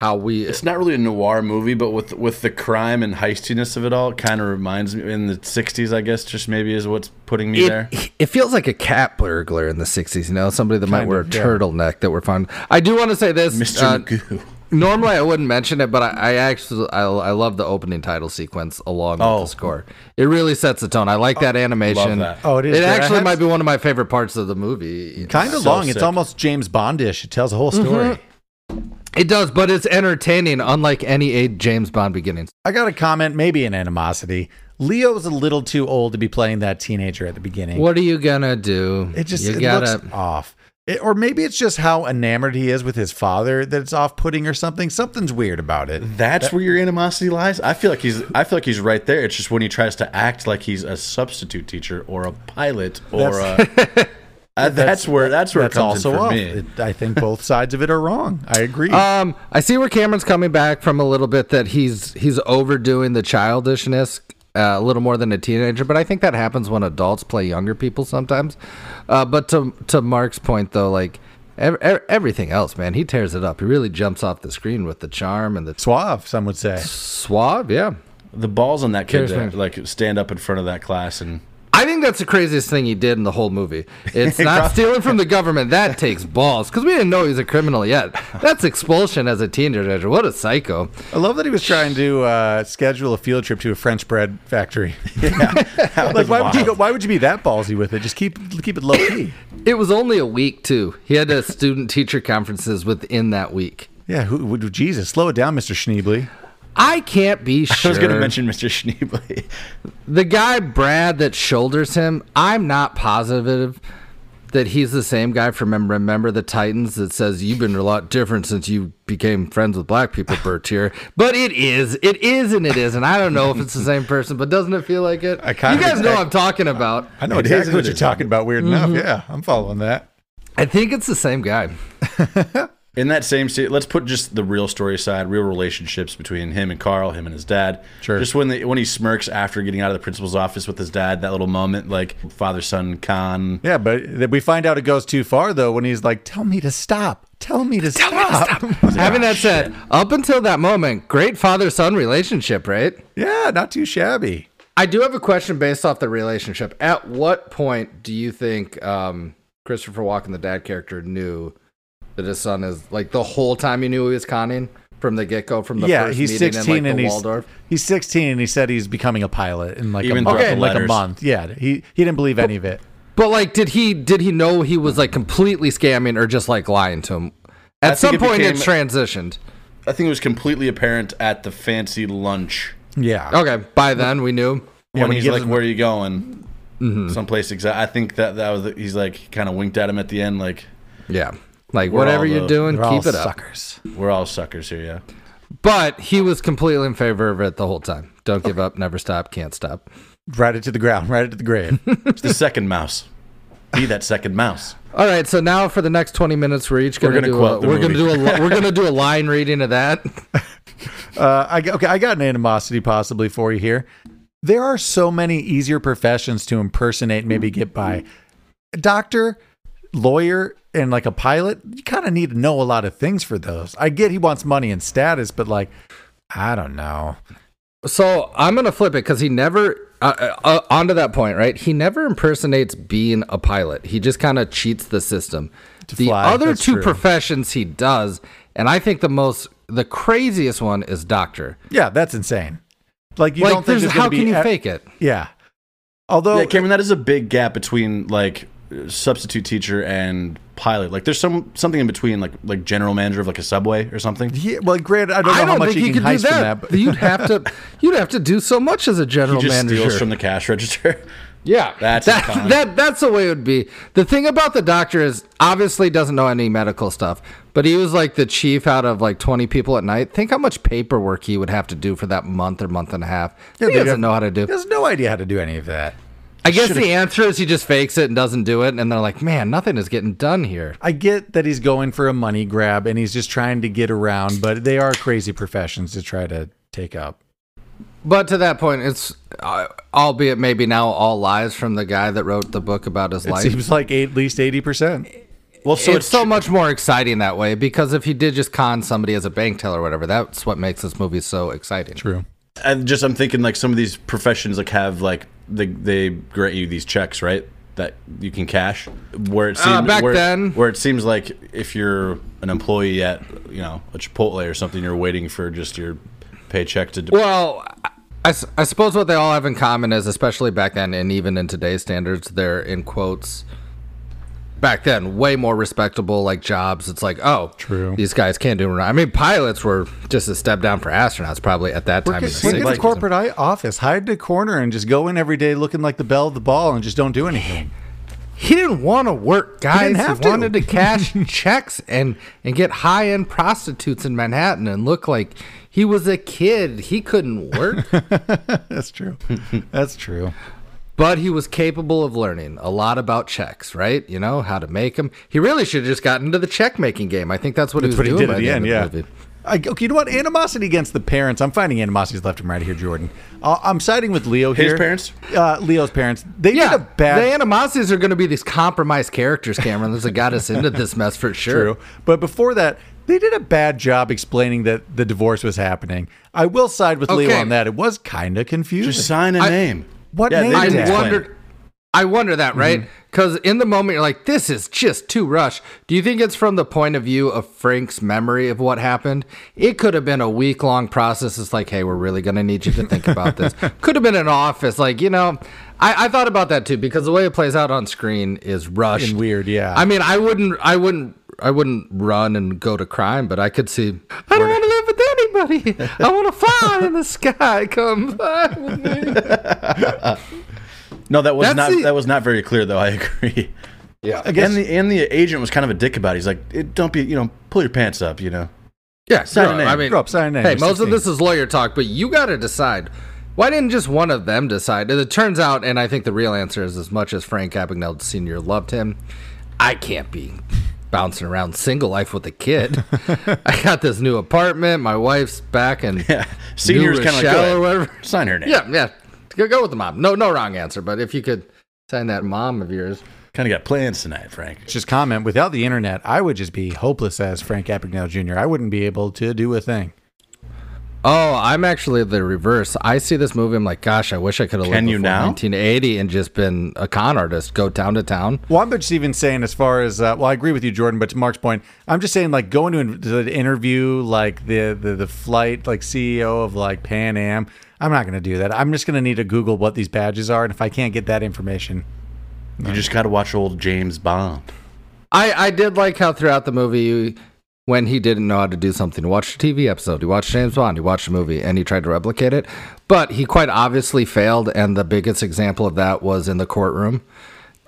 S3: how we
S1: It's not really a noir movie, but with with the crime and heistiness of it all, it kind of reminds me in the '60s. I guess just maybe is what's putting me there.
S3: It, it feels like a cat burglar in the 60s, you know, somebody that might
S2: Kind
S3: wear
S2: of,
S3: a
S2: yeah.
S3: turtleneck that we're found. I do want to say this.
S1: Mr.
S3: uh,
S1: Magoo.
S3: normally I wouldn't mention it, but I, I actually I, I love the opening title sequence along
S1: Oh.
S3: with the score. It really sets the tone. I like that animation.
S1: that.
S2: Oh, it is
S3: It
S2: great. I
S3: actually
S2: had-
S3: might be one of my favorite parts of the movie.
S2: Kind of
S1: So
S2: long. It's
S1: sick.
S2: almost James Bondish. It tells a whole story.
S3: Mm-hmm. It does, but it's entertaining, unlike any eight James Bond beginnings.
S2: I got a comment, maybe an animosity. Leo's a little too old to be playing that teenager at the beginning.
S3: What are you gonna do?
S2: It just
S3: you
S2: it
S3: gotta.
S2: looks off. It- or maybe it's just how enamored he is with his father that it's off-putting or something. Something's weird about it.
S1: That's where your animosity lies. I feel like he's I feel like he's right there. It's just when he tries to act like he's a substitute teacher or a pilot or a. Uh, that's, where that's where
S2: That's
S1: it comes
S2: also
S1: in for
S2: off.
S1: me.
S2: It- I think both sides of it are wrong. I agree.
S3: Um, I see where Cameron's coming back from a little bit that he's he's overdoing the childishness uh, a little more than a teenager, but I think that happens when adults play younger people sometimes. Uh, but to to Mark's point though, like ev- ev- everything else, man, he tears it up. He really jumps off the screen with the charm and the
S2: Suave, some would say.
S3: suave. Yeah,
S1: the balls on that kid
S3: Curious
S1: to,
S3: man.
S1: like stand up in front of that class and
S3: I think that's the craziest thing he did in the whole movie. It's not stealing from the government. That takes balls because we didn't know he was a criminal yet. That's expulsion as a teenager. What a psycho.
S2: I love that he was trying to uh, schedule a field trip to a French bread factory. like, why would you go? Why would you be that ballsy with it? Just keep keep it low key.
S3: It was only a week too. He had a student teacher conferences within that week.
S2: Yeah, who would Jesus slow it down, Mister Schneebly?
S3: I can't be
S1: I
S3: sure.
S1: was going to mention Mr. Schneebly.
S3: the guy Brad that shoulders him. I'm not positive that he's the same guy from Mem- Remember the Titans that says you've been a lot different since you became friends with black people, Bertier. But it is, it is, and it is, and I don't know if it's the same person, but doesn't it feel like it?
S2: I kind
S3: you
S2: of-
S3: guys know what I'm talking about.
S2: I know
S1: It is
S2: exactly
S1: who
S2: what
S1: it
S2: you're
S1: is.
S2: talking about. Weird
S3: Mm-hmm.
S2: enough. Yeah, I'm following that.
S3: I think it's the same guy.
S1: In that same scene, let's put just the real story aside, real relationships between him and Carl, him and his dad.
S2: Sure.
S1: Just when the, when he smirks after getting out of the principal's office with his dad, that little moment, like father son con.
S2: Yeah, but th- we find out it goes too far though when he's like, "Tell me to stop. Tell me to stop."
S3: Having that said, up until that moment, great father son relationship, right?
S2: yeah, not too shabby.
S3: I do have a question based off the relationship. At what point do you think um, Christopher Walken, the dad character, knew that his son is like the whole time he knew he was conning from the get go from the
S2: yeah,
S3: first
S2: he's
S3: meeting
S2: 16
S3: in like,
S2: and
S3: the
S2: he's
S3: Waldorf.
S2: he's 16 and he said he's becoming a pilot in like
S1: Even
S2: a,
S1: throughout
S2: month,
S3: the
S2: like a
S1: letters.
S2: month. Yeah, he he didn't believe any of it.
S3: But like, did he did he know he was like completely scamming or just like lying to him? At
S1: think
S3: some
S1: it
S3: point, it
S1: became-
S3: transitioned.
S1: I think it was completely apparent at the fancy lunch
S2: Yeah.
S3: Okay, by then we knew. Mm-hmm,
S1: when
S2: when
S1: he's
S2: he gives
S1: like,
S2: him- Mm-hmm.
S1: "Where are you going?" Someplace exact. I think that that was. He's like kind of winked at him at the end, like
S3: Yeah, like
S1: We're all
S3: whatever you're
S1: those-
S3: doing,
S2: They're all
S3: keep it up.
S2: suckers.
S1: "We're all suckers here." Yeah.
S3: But he was completely in favor of it the whole time. Don't give up, never stop, can't stop.
S2: Right it to the ground, right it to the grave.
S1: It's the second mouse. Be that second mouse.
S3: All right, so now for the next twenty minutes, we're each gonna,
S1: gonna
S3: do a,
S1: quote the
S3: we're gonna do
S1: movie.
S3: a li- we're gonna do a line reading of that.
S2: Uh, I got- okay, I got an animosity possibly for you here. There are so many easier professions to impersonate, and maybe get by. Doctor, lawyer, and like a pilot, you kind of need to know a lot of things for those. I get he wants money and status, but like, I don't know.
S3: So I'm gonna flip it because he never uh, uh, onto that point, right? He never impersonates being a pilot. He just kind of cheats the system. the
S2: fly,
S3: other
S2: that's
S3: two
S2: true.
S3: professions he does, and I think the most the craziest one is doctor.
S2: Yeah, that's insane. Like, you
S3: like,
S2: don't think
S3: there's-
S2: there's
S3: how
S2: gonna
S3: can
S2: be
S3: you
S2: a-
S3: fake it?
S2: Yeah. Although
S1: yeah, Cameron, that is a big gap between like substitute teacher and pilot. Like, there's some something in between, like like general manager of like a subway or something.
S2: Yeah, well, granted, I don't know
S3: I
S2: how
S3: don't
S2: much
S3: think
S2: he
S3: he
S2: can
S3: could do
S2: heist from that.
S3: that.
S2: But
S3: you'd have to, you'd have to do so much as a
S1: He
S3: general
S1: just
S3: manager.
S1: steals from the cash register.
S3: Yeah,
S1: That's
S3: that,
S1: a con.
S3: that that's the way it would be. The thing about the doctor is obviously doesn't know any medical stuff, but he was like the chief out of like twenty people at night. Think how much paperwork he would have to do for that month or month and a half. he
S2: they'd
S3: doesn't
S2: have-
S3: know how to
S2: he
S3: do.
S2: has no idea how to do any of that.
S3: I guess the answer is he just fakes it and doesn't do it, and they're like, man, nothing is getting done here.
S2: I get that he's going for a money grab and he's just trying to get around, but they are crazy professions to try to take up.
S3: But to that point, it's uh, albeit maybe now all lies from the guy that wrote the book about his
S2: It
S3: life.
S2: seems like at least eighty percent.
S1: Well, so
S3: it's so much more exciting that way because if he did just con somebody as a bank teller or whatever, that's what makes this movie so exciting.
S2: True.
S1: I just I'm thinking like some of these professions like have like they they grant you these checks right that you can cash where it seems
S3: Uh, back
S1: where,
S3: then-
S1: where it seems like if you're an employee at you know a Chipotle or something you're waiting for just your paycheck to de-
S3: Well, I- I, s- I suppose what they all have in common is, especially back then and even in today's standards, they're in quotes. Back then, way more respectable like jobs. It's like, oh,
S2: True.
S3: These guys can't do. it. I mean, pilots were just a step down for astronauts probably at that time. in the
S2: Look at
S3: 60s.
S2: the corporate eye office, hide in a corner, and just go in every day looking like the belle of the ball and just don't do anything.
S3: he didn't want to work, guys. He,
S2: didn't have to.
S3: wanted to cash checks and and get high end prostitutes in Manhattan and look like he was a kid. He couldn't work.
S2: That's true. That's true.
S3: But he was capable of learning a lot about checks, right? You know, how to make them. He really should have just gotten into the check making game. I think that's what
S2: That's
S3: he
S2: what he
S3: was
S2: did
S3: doing
S2: at
S3: by
S2: the end. Yeah.
S3: of the movie.
S2: I, okay, you know what? Animosity against the parents. I'm finding animosities left and right here, Jordan. Uh, I'm siding with Leo here.
S1: His parents?
S2: Uh, Leo's parents. They
S3: Yeah,
S2: did a bad
S3: the animosities are going to be these compromised characters, Cameron. That's what got us into this mess for sure.
S2: True. But before that, they did a bad job explaining that the divorce was happening. I will side with Leo
S3: Okay.
S2: on that. It was kind of confusing.
S1: just sign a
S3: I-
S1: name
S2: What
S1: yeah,
S2: name
S1: they
S2: is
S3: I
S1: didn't
S2: that?
S1: explain it.
S3: wondered. I wonder that, right? Because in the moment you're like, "This is just too rush." Do you think it's from the point of view of Frank's memory of what happened? It could have been a week long process. It's like, "Hey, we're really gonna need you to think about this." could have been an office, like you know. I, I thought about that too because the way it plays out on screen is rushed
S2: And weird, yeah.
S3: I mean, I wouldn't, I wouldn't, I wouldn't run and go to crime, but I could see. I don't want to live with anybody. I want to fly in the sky. Come fly with me.
S1: no that was
S3: That's
S1: not
S3: the-
S1: that was not very clear though I agree
S3: Yeah,
S2: I guess-
S1: and the and the agent was kind of a dick about it. he's like it, don't be you know pull your pants up you know
S3: Yeah,
S1: Sign a
S3: no,
S1: name.
S3: I mean,
S2: Grow up, sign a name.
S3: hey,
S2: You're
S3: most
S2: 16.
S3: of this is lawyer talk, but you got to decide. Why didn't just one of them decide? And it turns out, and I think the real answer is as much as Frank Abagnale Sr. loved him, I can't be bouncing around single life with a kid. I got this new apartment. My wife's back in
S1: yeah senior's
S3: New
S1: kind of like
S3: Rochelle
S1: "Go
S3: or
S1: ahead.
S3: whatever.
S1: sign her name
S3: Yeah, yeah. Go, go with the mom. No, no wrong answer. But if you could sign that mom of yours,
S1: kind of got plans tonight Frank
S2: just comment without the internet, I would just be hopeless as Frank Abagnale Jr. I wouldn't be able to do a thing.
S3: Oh, I'm actually the reverse. I see this movie. I'm like, gosh, I wish I could have lived
S1: Can you
S3: before
S1: now?
S3: 1980 and just been a con artist, go town to town.
S2: Well, I'm just even saying as far as uh, well, I agree with you, Jordan. But to Mark's point, I'm just saying like going to, in- to the interview like the, the the flight like CEO of like Pan Am. I'm not going to do that. I'm just going to need to Google what these badges are, and if I can't get that information,
S1: You just got to watch old James Bond.
S3: I, I did like how throughout the movie, you, when he didn't know how to do something, he watched a TV episode, he watched James Bond, he watched a movie, and he tried to replicate it. But he quite obviously failed, and the biggest example of that was in the courtroom.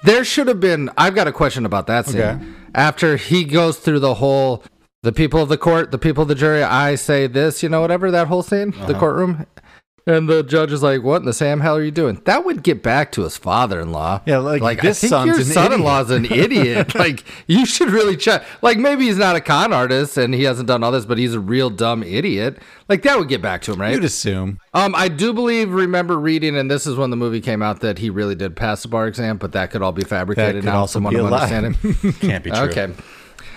S3: There should have been. I've got a question about that scene.
S2: Okay.
S3: After he goes through the whole, the people of the court, the people of the jury, I say this, you know, whatever, that whole scene, the
S2: Uh-huh.
S3: courtroom. And the judge is like, "What in the Sam hell are you doing?" That would get back to his father-in-law.
S2: Yeah, like, this
S3: I think
S2: son's
S3: your
S2: an
S3: son-in-law is an idiot. like you should really check. Like maybe he's not a con artist and he hasn't done all this, but he's a real dumb idiot. Like that would get back to him, right?
S2: you'd assume.
S3: Um, I do believe, remember reading, and this is when the movie came out, that he really did pass the bar exam, but that could all be fabricated
S2: could
S3: now.
S2: also
S3: someone
S2: be a
S3: will
S2: lie.
S3: understand him.
S1: Can't be true.
S3: okay.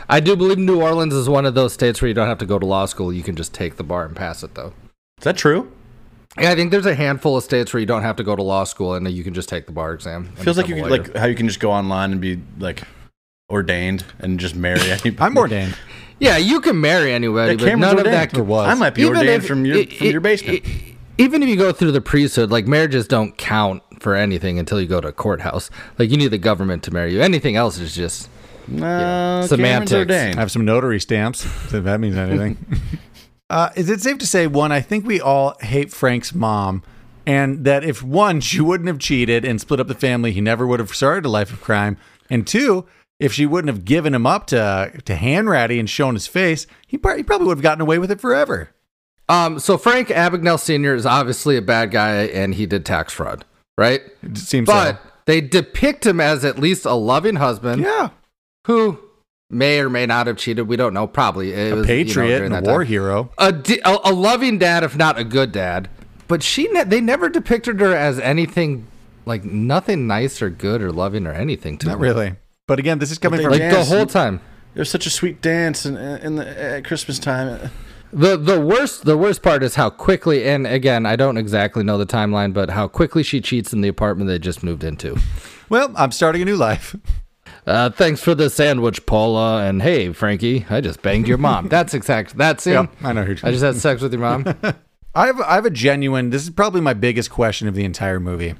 S3: I do believe New Orleans is one of those states where you don't have to go to law school. You can just take the bar and pass it, though.
S1: Is that true?
S3: Yeah, I think there's a handful of states where you don't have to go to law school and you can just take the bar exam. and
S1: Feels like you
S3: become
S1: could,
S3: a lawyer.
S1: like how you can just go online and be like ordained and just marry. anybody.
S2: I'm ordained.
S3: yeah, you can marry anybody,
S1: Yeah,
S3: but
S1: Cameron's
S3: none of
S1: ordained.
S3: that
S2: Or was.
S1: I might be
S3: Even
S1: ordained
S3: if-
S1: from your
S3: i-
S1: from
S3: i-
S1: your basement.
S3: i- even if you go through the priesthood, like marriages don't count for anything until you go to a courthouse. Like you need the government to marry you. Anything else is just
S1: No,
S3: Semantics.
S1: Cameron's
S2: I
S1: ordained.
S2: have some notary stamps, if that means anything. uh, is it safe to say, one, I think we all hate Frank's mom, and that if one, she wouldn't have cheated and split up the family, he never would have started a life of crime. And two, if she wouldn't have given him up to to Hanratty and shown his face, he, prob- he probably would have gotten away with it forever.
S3: um so Frank Abagnale Sr. is obviously a bad guy and he did tax fraud, right?
S2: It seems
S3: But
S2: so.
S3: they depict him as at least a loving husband
S2: Yeah.
S3: who may or may not have cheated. We don't know. Probably it
S2: A
S3: was, you know,
S2: patriot
S3: during
S2: and
S3: that
S2: a war
S3: time.
S2: hero.
S3: a, di- a, a loving dad, if not a good dad. But she, ne- they never depicted her as anything like nothing nice or good or loving or anything to
S2: Not
S3: me.
S2: really. But again, this is coming
S1: they
S2: from
S3: Like
S1: Yes.
S3: the whole time,
S1: It was such a sweet dance in, in the at Christmas time.
S3: the the worst the worst part is how quickly. And again, I don't exactly know the timeline, but how quickly she cheats in the apartment they just moved into.
S2: well, I'm starting a new life.
S3: Uh, thanks for the sandwich, Paula. And hey, Frankie, I just banged your mom. That's exact. That scene.
S2: Yep, I know who you're
S3: I just had sex with your mom.
S2: I have I have a genuine this is probably my biggest question of the entire movie.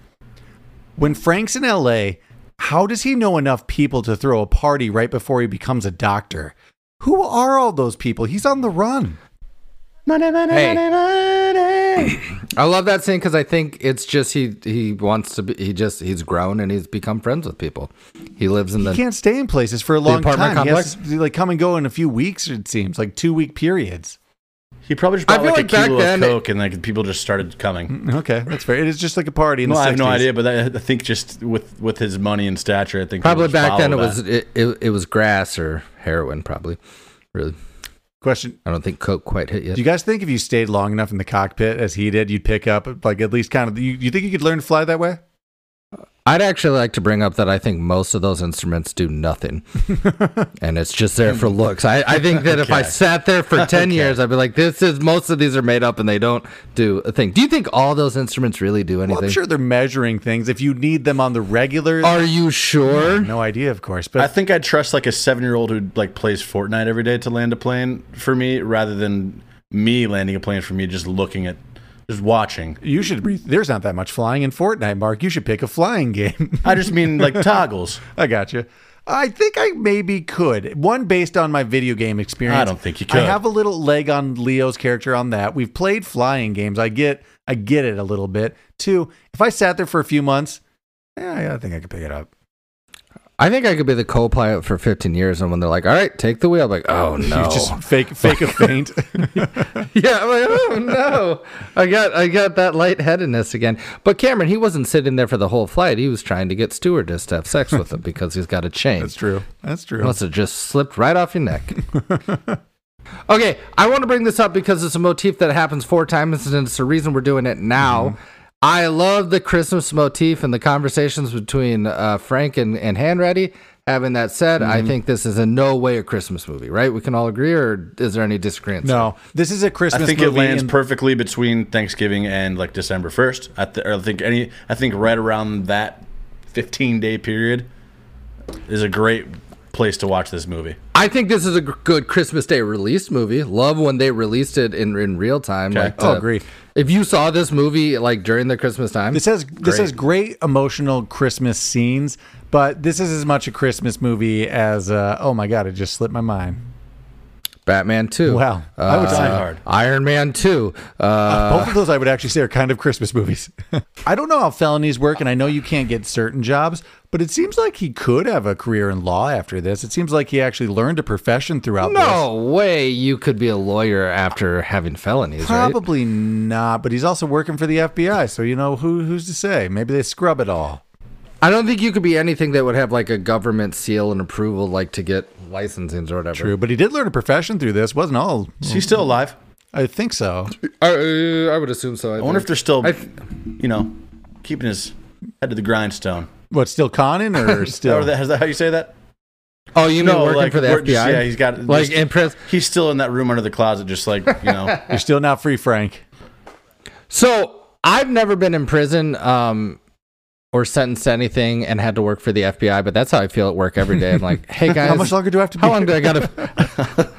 S2: When Frank's in LA, how does he know enough people to throw a party right before he becomes a doctor? Who are all those people? He's on the run.
S1: Money, money,
S3: Hey.
S1: money, money.
S3: I love that scene because I think it's just he he wants to be he just he's grown and he's become friends with people. He lives in
S2: He
S3: the
S2: can't stay in places for a long
S3: apartment
S2: time. He has to like come and go in a few weeks, it seems, like two week periods.
S1: He probably just
S3: I
S1: bought
S3: feel like
S1: like, a
S3: back
S1: kilo
S3: then-
S1: of coke, and like people just started coming.
S2: Okay, that's fair. It is just like a party in
S1: No,
S2: the
S1: I have no
S2: 60s.
S1: idea, but that, I think just with with his money and stature, I think people
S3: probably
S1: just
S3: back then it
S1: follow
S3: was
S1: that.
S3: it, it, it was grass or heroin probably. Really,
S2: Question.
S3: I don't think coke quite hit yet.
S2: Do you guys think if you stayed long enough in the cockpit as he did, you'd pick up like at least kind of you, you think you could learn to fly that way?
S3: I'd actually like to bring up that I think most of those instruments do nothing, and it's just there for looks. I, I think that if I
S1: Okay.
S3: sat there for ten years, I'd be like, "This is most of these are made up and they don't do a thing." Do you think all those instruments really do anything?
S2: Well, I'm sure they're measuring things. If you need them on the regular,
S3: Are you sure?
S2: no idea, of course.
S1: I
S2: But
S1: think I'd trust like a seven year old who like plays Fortnite every day to land a plane for me, rather than me landing a plane for me just looking at, just watching.
S2: you should. Re- there's not that much flying in Fortnite, Mark. You should pick a flying game.
S1: I just mean like toggles.
S2: I got you. I think I maybe could. One based on my video game experience.
S1: I don't think you could.
S2: I have a little leg on Leo's character on that. We've played flying games. I get I get it a little bit. Two, if I sat there for a few months, yeah, yeah, I think I could pick it up.
S3: I think I could be the co-pilot for 15 years, and when they're like, "All right, take the wheel," I'm like, "Oh no!"
S2: You just fake fake a faint.
S3: yeah, I'm like, "Oh no!" I got I got that lightheadedness again. But Cameron, he wasn't sitting there for the whole flight. He was trying to get stewardess to have sex with him because he's got a chain.
S2: That's true. That's true.
S3: Must have just slipped right off your neck. okay, I want to bring this up because it's a motif that happens four times, and it's the reason we're doing it now.
S2: Mm-hmm.
S3: I love the Christmas motif and the conversations between uh, Frank and, and Hanratty. Having that said, I
S2: Mm-hmm.
S3: think this is in no way a Christmas movie, right? We can all agree, or is there any disagreement?
S2: No, this is a Christmas.
S1: I think it
S2: movie
S1: lands
S2: in-
S1: perfectly between Thanksgiving and like December first. I, th- or I think any, I think right around that fifteen day period is a great place to watch this movie.
S3: I think this is a g- good Christmas Day release movie. Love when they released it in, in real time.
S1: Okay.
S3: Like uh,
S2: Oh, agree.
S3: If you saw this movie like during the Christmas time,
S2: This has this has great emotional Christmas scenes, but this is as much a Christmas movie as uh, oh my god, it just slipped my mind.
S3: Batman Two.
S2: Wow.
S3: uh,
S2: I would
S1: Die
S2: say
S1: Hard.
S3: Iron Man Two. Uh,
S2: both of those I would actually say are kind of Christmas movies. I don't know how felonies work, and I know you can't get certain jobs, but it seems like he could have a career in law after this. It seems like he actually learned a profession throughout. this.
S3: no way you could be a lawyer after having felonies, right?
S2: probably not. But he's also working for the FBI, so you know who who's to say? Maybe they scrub it all.
S3: I don't think you could be anything that would have like a government seal and approval, like to get licensings or whatever.
S2: True, but he did learn a profession through this, wasn't all?
S1: Is he still alive?
S2: I think so.
S3: I, uh, I would assume so. I,
S1: I wonder if
S3: think.
S1: they're still,
S3: I th-
S1: you know, keeping his head to the grindstone.
S2: What, still conning or
S1: Or
S2: still?
S1: that, is that how you say that?
S3: Oh, you mean working for the
S1: we're
S3: FBI?
S1: just- yeah, he's got
S3: like
S1: just-
S3: in prison.
S1: He's still in that room under the closet, just like you know.
S2: You're still not free, Frank.
S3: So I've never been in prison um, or sentenced to anything and had to work for the FBI, but that's how I feel at work every day. I'm like, hey guys,
S2: How much longer do I have to be?
S3: how long do I gotta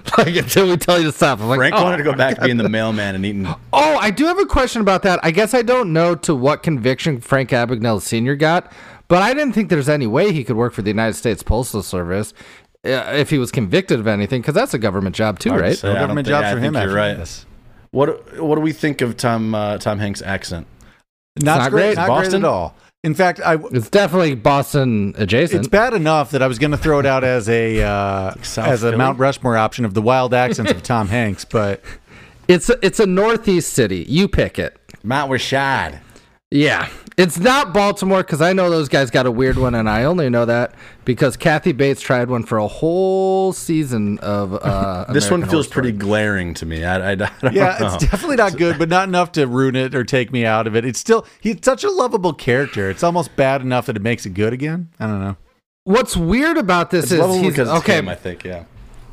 S3: like until we tell you to stop? I'm like,
S1: Frank
S3: oh,
S1: wanted to go back to being the mailman and eating.
S3: oh, I do have a question about that. I guess I don't know to what conviction Frank Abagnale Sr. got, but I didn't think there's any way he could work for the United States Postal Service uh, if he was convicted of anything, because that's a government job too,
S1: Hard to
S3: right?
S1: say. Yeah, I don't
S2: government
S1: think-
S2: jobs
S1: I
S2: for
S1: think
S2: him
S1: you're
S2: after
S1: right.
S2: this.
S1: What What do we think of Tom uh, Tom Hanks' accent?
S2: Not,
S3: not
S2: great,
S3: great.
S2: not great
S1: Boston?
S2: at all. In fact, I,
S3: It's definitely Boston adjacent.
S2: It's bad enough that I was going to throw it out as a uh,
S1: South
S2: as a
S1: Philly?
S2: Mount Rushmore option of the wild accents of Tom Hanks, but
S3: It's a, it's a northeast city. You pick it.
S1: Matt Rashad.
S3: Yeah, it's not Baltimore because I know those guys got a weird one, and I only know that because Kathy Bates tried one for a whole season of. Uh,
S1: This
S3: American
S1: one feels
S3: Horror Story.
S1: pretty glaring to me. I, I, I don't
S2: yeah,
S1: know.
S2: it's definitely not good, but not enough to ruin it or take me out of it. It's still he's such a lovable character. It's almost bad enough that it makes it good again. I don't know.
S3: What's weird about this
S1: It's
S3: is
S1: lovable
S3: he's,
S1: because it's
S3: okay.
S1: him, I think. Yeah.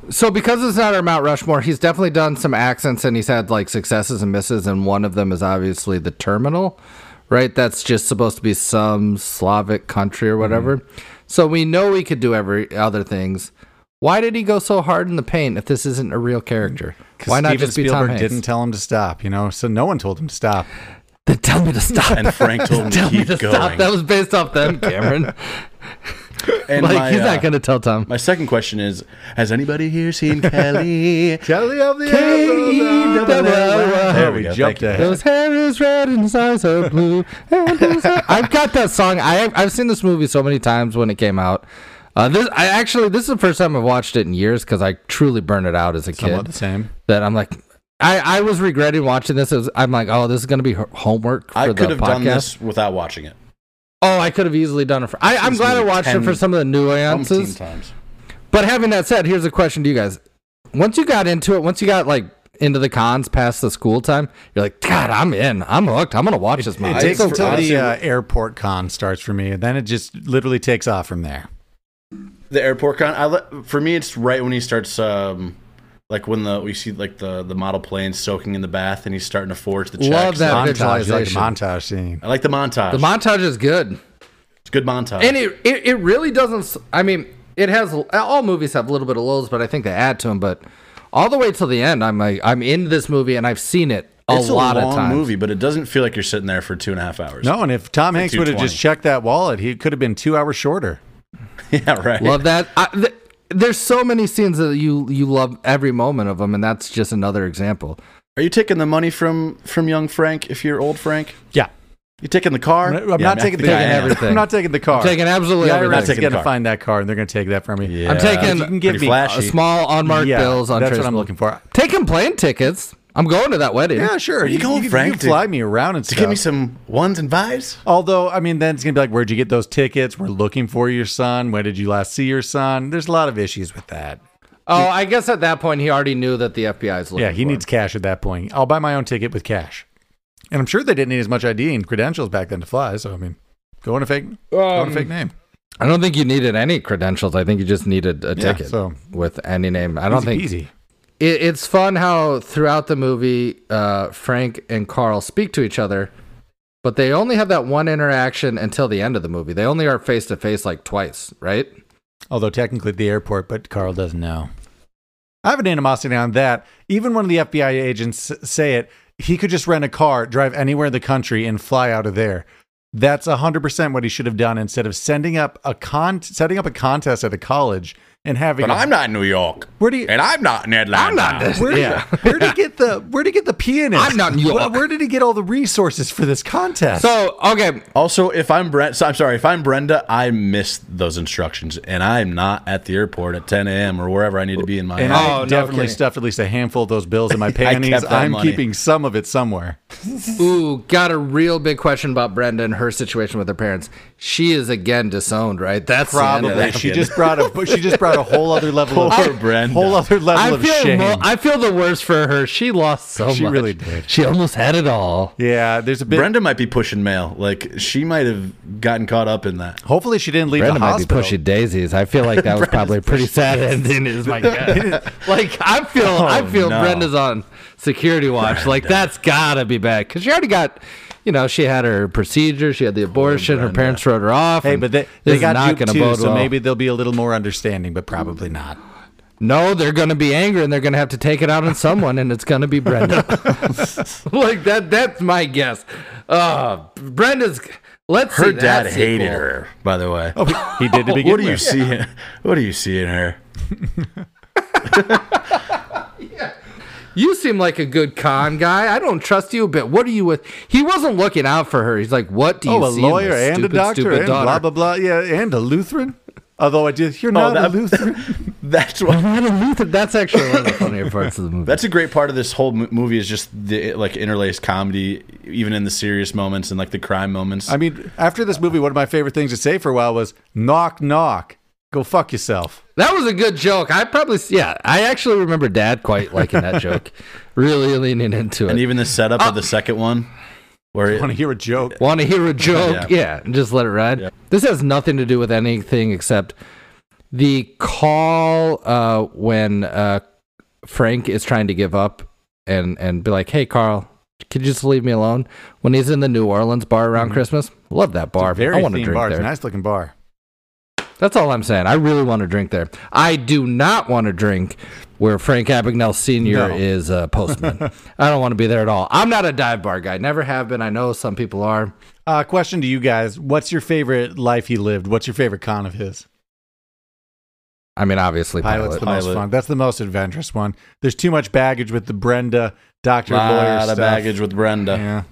S3: So because it's not our Mount Rushmore, he's definitely done some accents and he's had like successes and misses, and one of them is obviously the terminal, right? That's just supposed to be some Slavic country or whatever.
S1: Mm-hmm.
S3: So we know he could do every other things. Why did he go so hard in the paint if this isn't a real character?
S1: Mm.
S2: 'Cause
S3: Why not
S2: Steven
S3: just be
S2: Spielberg
S3: Tom Hanks?
S2: didn't tell him to stop, you know? So no one told him to stop.
S3: Then tell me to stop.
S1: And Frank told him to
S3: tell me
S1: keep
S3: to
S1: going.
S3: stop. That was based off them, Cameron.
S1: And
S3: like
S1: my,
S3: he's
S1: uh,
S3: not going to tell Tom.
S1: My second question is: Has anybody here seen Kelly?
S2: Kelly of the
S3: Emerald Hour.
S1: There we
S2: we
S1: go.
S2: jumped
S1: Thank you.
S2: ahead.
S3: His hair is red and his eyes are blue. And his eye- I've got that song. I I've seen this movie so many times when it came out. Uh, this I actually this is the first time I've watched it in years because I truly burned it out as a
S2: Somewhat the
S3: kid.
S2: same.
S3: That I'm like, I, I was regretting watching this. It was, I'm like, oh, this is gonna be h- homework for
S1: I
S3: the
S1: could have
S3: podcast.
S1: done this without watching it.
S3: Oh, I could have easily done it. For, I, I'm
S1: This
S3: glad I
S1: movie
S3: watched it
S1: 10
S3: for some of the
S1: Umpteen
S3: nuances.
S1: times.
S3: But having that said, here's a question to you guys. Once you got into it, once you got like into the cons past the school time, you're like, God, I'm in. I'm hooked. I'm gonna watch this movie.
S2: It
S1: I-
S2: takes
S1: so-
S2: until
S1: honestly-
S2: the uh, airport con starts for me, and then it just literally takes off from there.
S1: The airport con. I le- for me, it's right when he starts. Um, like when the we see like the the model plane soaking in the bath, and he's starting to forge the checks.
S3: Love that.
S2: Montage, like
S3: visualization.
S2: montage scene.
S1: I like the montage.
S3: The montage is good,
S1: it's a good montage.
S3: and it, it it really doesn't. s- I mean, it has all movies have a little bit of lows, but I think they add to them. But all the way till the end, I'm like, I'm in this movie, and I've seen it a
S1: it's
S3: lot
S1: a long
S3: of times.
S1: movie, but it doesn't feel like you're sitting there for two and a half hours.
S2: No, and if Tom Hanks would have just
S1: 220.
S2: checked that wallet, he could have been two hours shorter.
S1: yeah, right.
S3: Love that. I, th- there's so many scenes that you you love every moment of them, and that's just another example.
S1: Are you taking the money from from young Frank? If you're old Frank,
S2: Yeah.
S1: you taking the
S2: I'm,
S1: car? Yeah,
S2: not
S1: mean, I
S2: taking the
S1: think
S2: car.
S1: I am.
S3: everything.
S2: I'm not taking the car.
S3: Taking absolutely
S2: the
S3: everything.
S2: IRS is
S1: Taking the
S2: going to
S1: car.
S2: find that car, and they're going to take that from me.
S1: Yeah.
S3: I'm taking
S2: You can give
S1: Pretty
S2: me
S1: flashy.
S3: uh, small unmarked
S2: Yeah,
S3: bills on
S2: that's what I'm
S3: traceable-
S2: looking for.
S3: Taking plane tickets. I'm going to that wedding.
S2: Yeah, sure.
S1: Are you going,
S2: can-
S1: Frank,
S2: You
S1: to-
S2: can fly me around and
S1: to
S2: stuff.
S1: give me some ones and fives.
S2: Although, I mean, then it's going to be like, where'd you get those tickets? We're looking for your son. When did you last see your son? There's a lot of issues with that.
S3: Oh, I guess at that point he already knew that the FBI is looking.
S2: Yeah, he
S3: for
S2: needs
S3: him.
S2: cash at that point. I'll buy my own ticket with cash. And Um,
S3: Um,
S2: I'm sure they didn't need as much ID and credentials back then to fly. So, I mean, go on a fake, go on a fake name.
S3: I don't think you needed any credentials. I think you just needed a
S2: Yeah,
S3: ticket
S2: so-
S3: with any name. I don't
S2: Easy
S3: think
S2: peasy.
S3: it, it's fun how throughout the movie uh, Frank and Carl speak to each other, but they only have that one interaction until the end of the movie. They only are face to face like twice, right?
S2: Although technically at the airport, but Carl doesn't know. I have an animosity on that. Even when the FBI agents s- say it, he could just rent a car, drive anywhere in the country, and fly out of there. That's 100% what he should have done instead of sending up a con- setting up a contest at a college and having.
S1: But
S2: a-
S1: I'm not in New York.
S2: Where do you-
S1: And I'm not in Atlanta.
S2: Where,
S3: Yeah.
S2: where did he get the where did he get the pianist?
S3: I'm not in New
S2: Where-
S3: York.
S2: Where did he get all the resources for this contest?
S3: So okay,
S1: Also, if I'm Brent, so I'm sorry. If I'm Brenda, I missed those instructions, and I'm not at the airport at 10 a.m. or wherever I need to be in my.
S2: and
S1: life.
S3: Oh,
S2: I
S3: no
S2: definitely
S3: kidding.
S2: stuffed at least a handful of those bills in my panties.
S1: kept that
S2: I'm
S1: money.
S2: keeping some of it somewhere.
S3: ooh, got a real big question about Brenda and her situation with her parents. She is again disowned, right? That's the end of
S2: Probably.
S3: it.
S2: She just brought a she just brought a whole other level of
S1: Poor Brenda.
S2: whole other level
S3: I
S2: of
S3: feel
S2: shame.
S3: mo- I feel the worst for her. She lost so
S2: She
S3: much.
S2: really did.
S3: She almost had it all.
S2: yeah, there's a bit.
S1: Brenda might be pushing mail. Like she might have gotten caught up in that.
S2: hopefully, she didn't leave
S3: Brenda
S2: the
S3: might be
S2: hospital.
S3: pushing daisies. I feel like that was probably a pretty sad ending. Is my gut. like I feel, I
S1: Oh,
S3: feel
S1: no.
S3: Brenda's on security watch. Like that's gotta be bad because she already got. You know, she had her procedure. She had the abortion. Her parents wrote her off.
S2: Hey,
S3: and
S2: but they,
S3: this
S2: they
S3: is
S2: got
S3: not
S2: duped
S3: gonna
S2: too,
S3: bode
S2: so
S3: well.
S2: maybe they'll be a little more understanding, but probably not.
S3: no, they're gonna be angry and they're gonna have to take it out on someone, and it's gonna be Brenda. like that. That's my guess. Uh, Brenda's. Let's see
S1: Her
S3: that
S1: dad hated
S3: sequel.
S1: her, by the way.
S2: Oh, he did to begin
S1: what do you
S2: with.
S1: see? What do you see in her?
S3: You seem like a good con guy. I don't trust you a bit. What are you with? He wasn't looking out for her. He's like, what do you
S2: Oh, a
S3: see in this
S2: lawyer and
S3: stupid,
S2: a doctor
S3: stupid
S2: and
S3: daughter?
S2: blah blah blah. Yeah, and a Lutheran. Although I did, you're not a
S1: that-
S2: Lutheran.
S1: That's what.
S3: Not a Luther. That's actually one of the funnier parts of the movie.
S1: That's a great part of this whole mo- movie is just the like interlaced comedy, even in the serious moments and like the crime moments.
S2: I mean, after this movie, one of my favorite things to say for a while was "knock knock, go fuck yourself."
S3: that was a good joke. I probably, yeah, I actually remember Dad quite liking that joke, really leaning into
S1: and
S3: it.
S1: even the setup of the second one, where
S2: Want to
S1: it,
S2: hear a joke?
S3: Want to hear a joke?
S1: Yeah.
S3: Yeah, and just let it ride. This has nothing to do with anything except the call uh, when uh, Frank is trying to give up and and be like, "Hey, Carl, could you just leave me alone?" When he's in the New Orleans bar around Christmas, love that bar.
S2: Mm-hmm. Very
S3: I want to
S2: themed
S3: drink
S2: bar. It's
S3: there.
S2: a nice looking bar.
S3: That's all I'm saying. I really want to drink there. I do not want to drink where Frank Abagnale Sr.
S2: No.
S3: is a postman. I don't want to be there at all. I'm not a dive bar guy. Never have been. I know some people are.
S2: Uh, question to you guys: What's your favorite life he lived? What's your favorite con of his?
S3: I mean, obviously,
S2: Pilot's
S3: pilot.
S2: the most
S1: Pilot.
S2: fun. That's the most adventurous one. There's too much baggage with the Brenda doctor lawyer
S1: lot
S2: stuff.
S1: of baggage with Brenda.
S2: Yeah.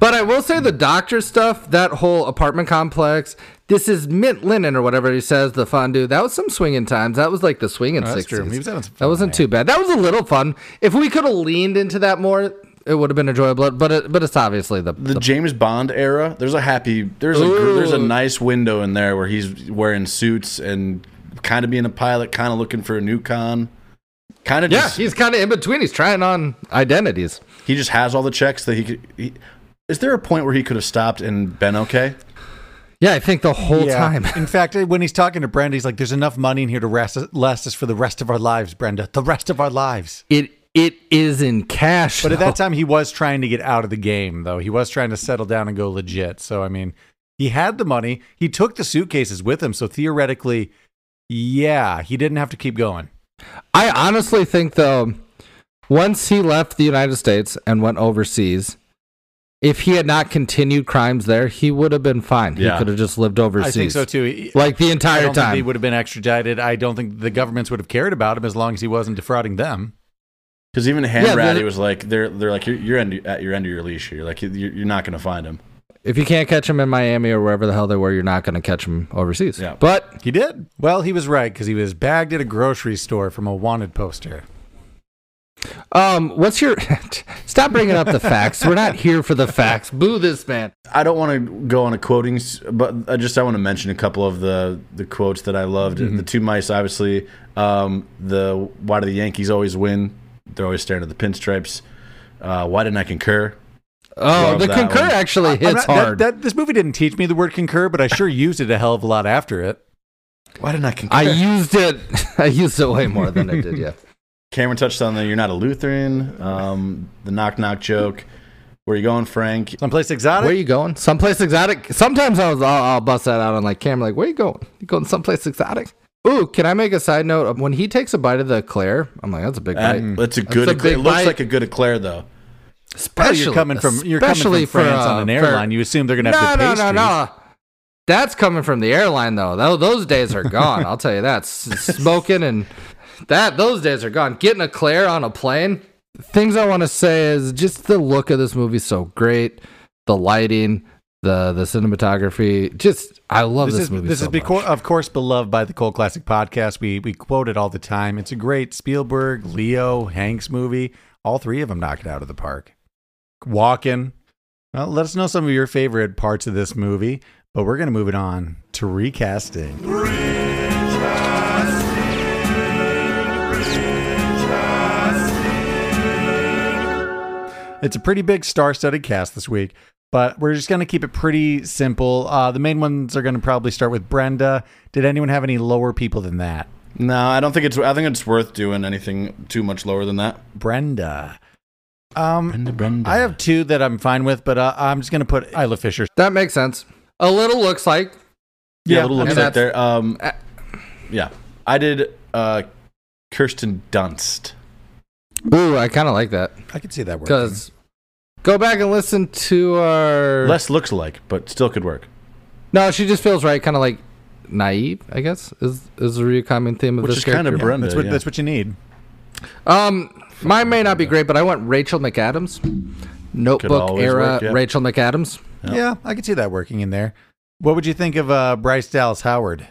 S3: But I will say the doctor stuff, that whole apartment complex, this is mint linen or whatever he says, the fondue. That was some swinging times. That was like the swinging
S2: No, Oh, that's true.
S3: 60s.
S2: He was having some
S3: that
S2: fun
S3: wasn't
S2: there.
S3: too bad. That was a little fun. If we could have leaned into that more, it would have been enjoyable. But it, but it's obviously the,
S1: The James Bond era, there's a happy, there's a gr- there's a
S3: Ooh.
S1: nice window in there where he's wearing suits and kind of being a pilot, kind of looking for a new con, kind of
S3: yeah.
S1: just
S3: He's kind of in between. He's trying on identities.
S1: he just has all the checks that he could. He, is there a point where he could have stopped and been okay?
S3: Yeah, I think the whole
S2: Yeah.
S3: time.
S2: in fact, eh, when he's talking to Brenda, he's like, "There's enough money in here to rest, last us for the rest of our lives, Brenda. The rest of our lives."
S3: It it is in cash.
S2: But at
S3: though.
S2: that time, he was trying to get out of the game, though. He was trying to settle down and go legit. So, I mean, he had the money. He took the suitcases with him. So, theoretically, yeah, he didn't have to keep going.
S3: I honestly think though, once he left the United States and went overseas, if he had not continued crimes there, he would have been fine.
S1: Yeah.
S3: He could have just lived overseas.
S2: I think so, too. He-
S3: Like the
S2: I
S3: entire
S2: don't think
S3: time.
S2: he would have been extradited. I don't think the governments would have cared about him as long as he wasn't defrauding them.
S1: Because even Hanratty
S3: the-
S1: was like, they're they're like, you're, you're end, at your end of your leash here. Like you're, you're not going to find him.
S3: if you can't catch him in Miami or wherever the hell they were, you're not going to catch him overseas.
S1: Yeah.
S3: But
S2: He did. Well, he was right because he was bagged at a grocery store from a wanted poster.
S3: um, what's your? Stop bringing up the facts. We're not here for the facts. Boo this man.
S1: I don't want to go on a quoting, s- but I just I want to mention a couple of the the quotes that I loved. The two mice, obviously. Um, the why do the Yankees always win? They're always staring at the pinstripes. Uh, why didn't I concur?
S3: Oh,
S1: Love
S3: the
S1: that
S3: concur
S1: one.
S3: actually
S2: I'm
S3: hits
S2: not- that-
S3: hard.
S2: That, this movie didn't teach me the word concur, but I sure used it a hell of a lot after it.
S1: Why didn't I concur?
S3: I used it. I used it way more than I did. Yeah.
S1: Cameron touched on the "You're not a Lutheran," um, the knock knock joke. Where you going, Frank?
S2: Someplace
S3: Where
S2: exotic.
S3: you going? Someplace exotic. Sometimes I was, I'll, I'll bust that out on like Cam. Like, where you going? You going someplace exotic? Ooh, can I make a side note? of When he takes a bite of the eclair, I'm like, that's a big
S1: That-
S3: bite.
S1: that's a good.
S3: a
S1: eclair.
S3: big
S1: it looks
S3: bite.
S1: like a good eclair, though.
S2: Oh,
S3: Especially,
S2: you're coming from you're coming from
S3: especially for,
S2: France
S3: uh,
S2: on an
S3: for-
S2: airline. you assume they're gonna
S3: no,
S2: have the
S3: no,
S2: pastry.
S3: no, no. That's coming from the airline though. Tho- Those days are gone. I'll tell you that. S- Smoking and that those days are gone. Getting a Claire on a plane. Things I want to say is just the look of this movie is so great. The lighting, the the cinematography. Just I love this,
S2: This is
S3: movie.
S2: this
S3: so
S2: is becau-
S3: much.
S2: of course beloved by the Cold Classic podcast. We we quote it all the time. It's a great Spielberg, Leo, Hanks movie. All three of them knock it out of the park. Walking. Well, let us know some of your favorite parts of this movie, but we're gonna move it on to recasting. It's a pretty big star-studded cast this week, but we're just gonna keep it pretty simple. Uh, the main ones are gonna probably start with Brenda. Did anyone have any lower people than that?
S1: No, I don't think it's. I think it's worth doing anything too much lower than that.
S2: Brenda. Um,
S1: Brenda, Brenda.
S2: I have two that I'm fine with, but uh, I'm just gonna put Isla Fisher.
S3: that makes sense. A little looks like
S1: yeah,
S2: Yeah,
S1: a little looks
S3: and
S1: like
S3: that's-
S1: there. Um,
S3: uh,
S1: yeah, I did. Uh, Kirsten Dunst.
S3: ooh, I kind of like that
S2: I could see that working.
S3: because go back and listen to our.
S1: Less looks like, but still could work.
S3: No, she just feels right, kind of like naive. I guess is is a really common theme of
S1: Which
S3: this
S1: is kind of
S2: Yeah,
S3: character.
S1: Brenda,
S2: that's what
S1: yeah.
S2: that's what you need.
S3: um, mine may not be great, but I want Rachel McAdams, Notebook
S1: always
S3: era
S1: work, yeah.
S3: Rachel McAdams.
S1: Yeah.
S2: Yeah, I could see that working in there. What would you think of uh, Bryce Dallas Howard?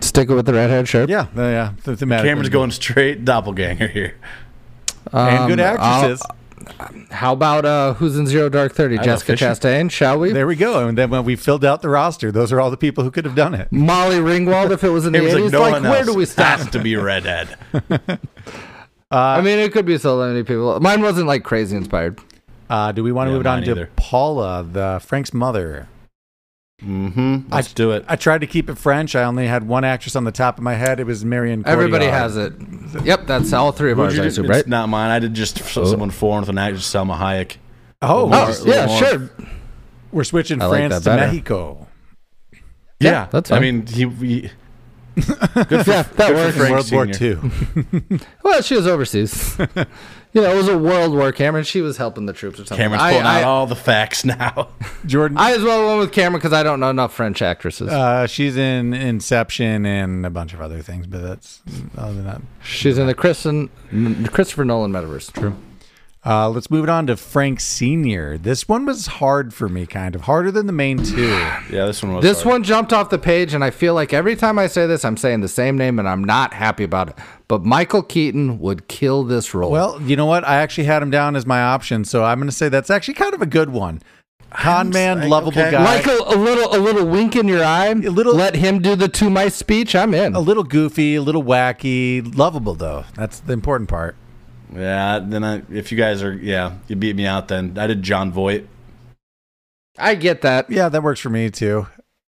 S3: Stick it with the red haired shirt.
S2: Yeah, uh, yeah. The thematic
S1: Cameron's
S2: would be-
S1: going straight doppelganger here.
S2: and good
S3: Um, I'll-
S2: actresses.
S3: How about uh, who's in Zero Dark Thirty?
S1: Isla
S3: Jessica
S1: Fisher.
S3: Chastain. Shall we?
S2: there we go. And then when we filled out the roster, those are all the people who could have done it.
S3: Molly Ringwald. If it was in the
S1: It was like
S3: eighties,
S1: no
S3: like,
S1: one
S3: where
S1: else
S3: do we
S1: has
S3: stop?
S1: to be redhead.
S3: I mean, it could be so many people. Mine wasn't like crazy inspired.
S2: Uh, do we want to
S1: Yeah,
S2: move it on
S1: mine
S2: to
S1: either.
S2: Paula, the Frank's mother?
S1: mm-hmm. Let's
S2: I-
S1: do it.
S2: I tried to keep it French. I only had one actress on the top of my head. It was Marion. Cotillard.
S3: Everybody has it. Yep, that's all three of
S1: Who'd
S3: ours.
S1: you
S3: I
S1: do?
S3: assume,
S1: It's
S3: right?
S1: not mine. I did just f- someone foreign with an actress, Selma Hayek.
S2: Oh,
S1: Lamar-
S2: we're-
S3: Oh, yeah,
S1: Lamar-
S3: sure.
S2: We're switching
S3: I like
S2: France
S3: that
S2: to
S3: better.
S2: Mexico.
S1: Yeah,
S3: that's
S1: I
S3: fine.
S1: mean, he, he- good for,
S3: Yeah, that
S1: good for
S3: works.
S1: Frank
S2: World
S1: Senior.
S2: War II.
S3: Well, she was overseas. you know, it was a world war, Cameron. She was helping the troops or something.
S1: Cameron's
S3: I,
S1: pulling
S3: I,
S1: out all the facts now.
S2: Jordan,
S3: I as well went with Cameron because I don't know enough French actresses.
S2: uh, she's in Inception and a bunch of other things, but that's other than that.
S3: She's in the Kristen, Christopher Nolan metaverse. True.
S2: Uh, let's move it on to Frank Senior. This one was hard for me, kind of harder than the main two.
S1: yeah, this one was.
S3: This
S1: hard.
S3: one jumped off the page, and I feel like every time I say this, I'm saying the same name, and I'm not happy about it. But Michael Keaton would kill this role.
S2: Well, you know what? I actually had him down as my option, so I'm going to say that's actually kind of a good one. Con man,
S1: saying-
S2: lovable
S1: okay.
S2: guy.
S3: Michael, a little, a little wink in your eye. A
S2: little-
S3: Let him do the to my speech. I'm in.
S2: a little goofy, a little wacky, lovable though. That's the important part.
S1: Yeah, then I, if you guys are, yeah, you beat me out. Then I did John Voight.
S3: I get that.
S2: Yeah, that works for me too.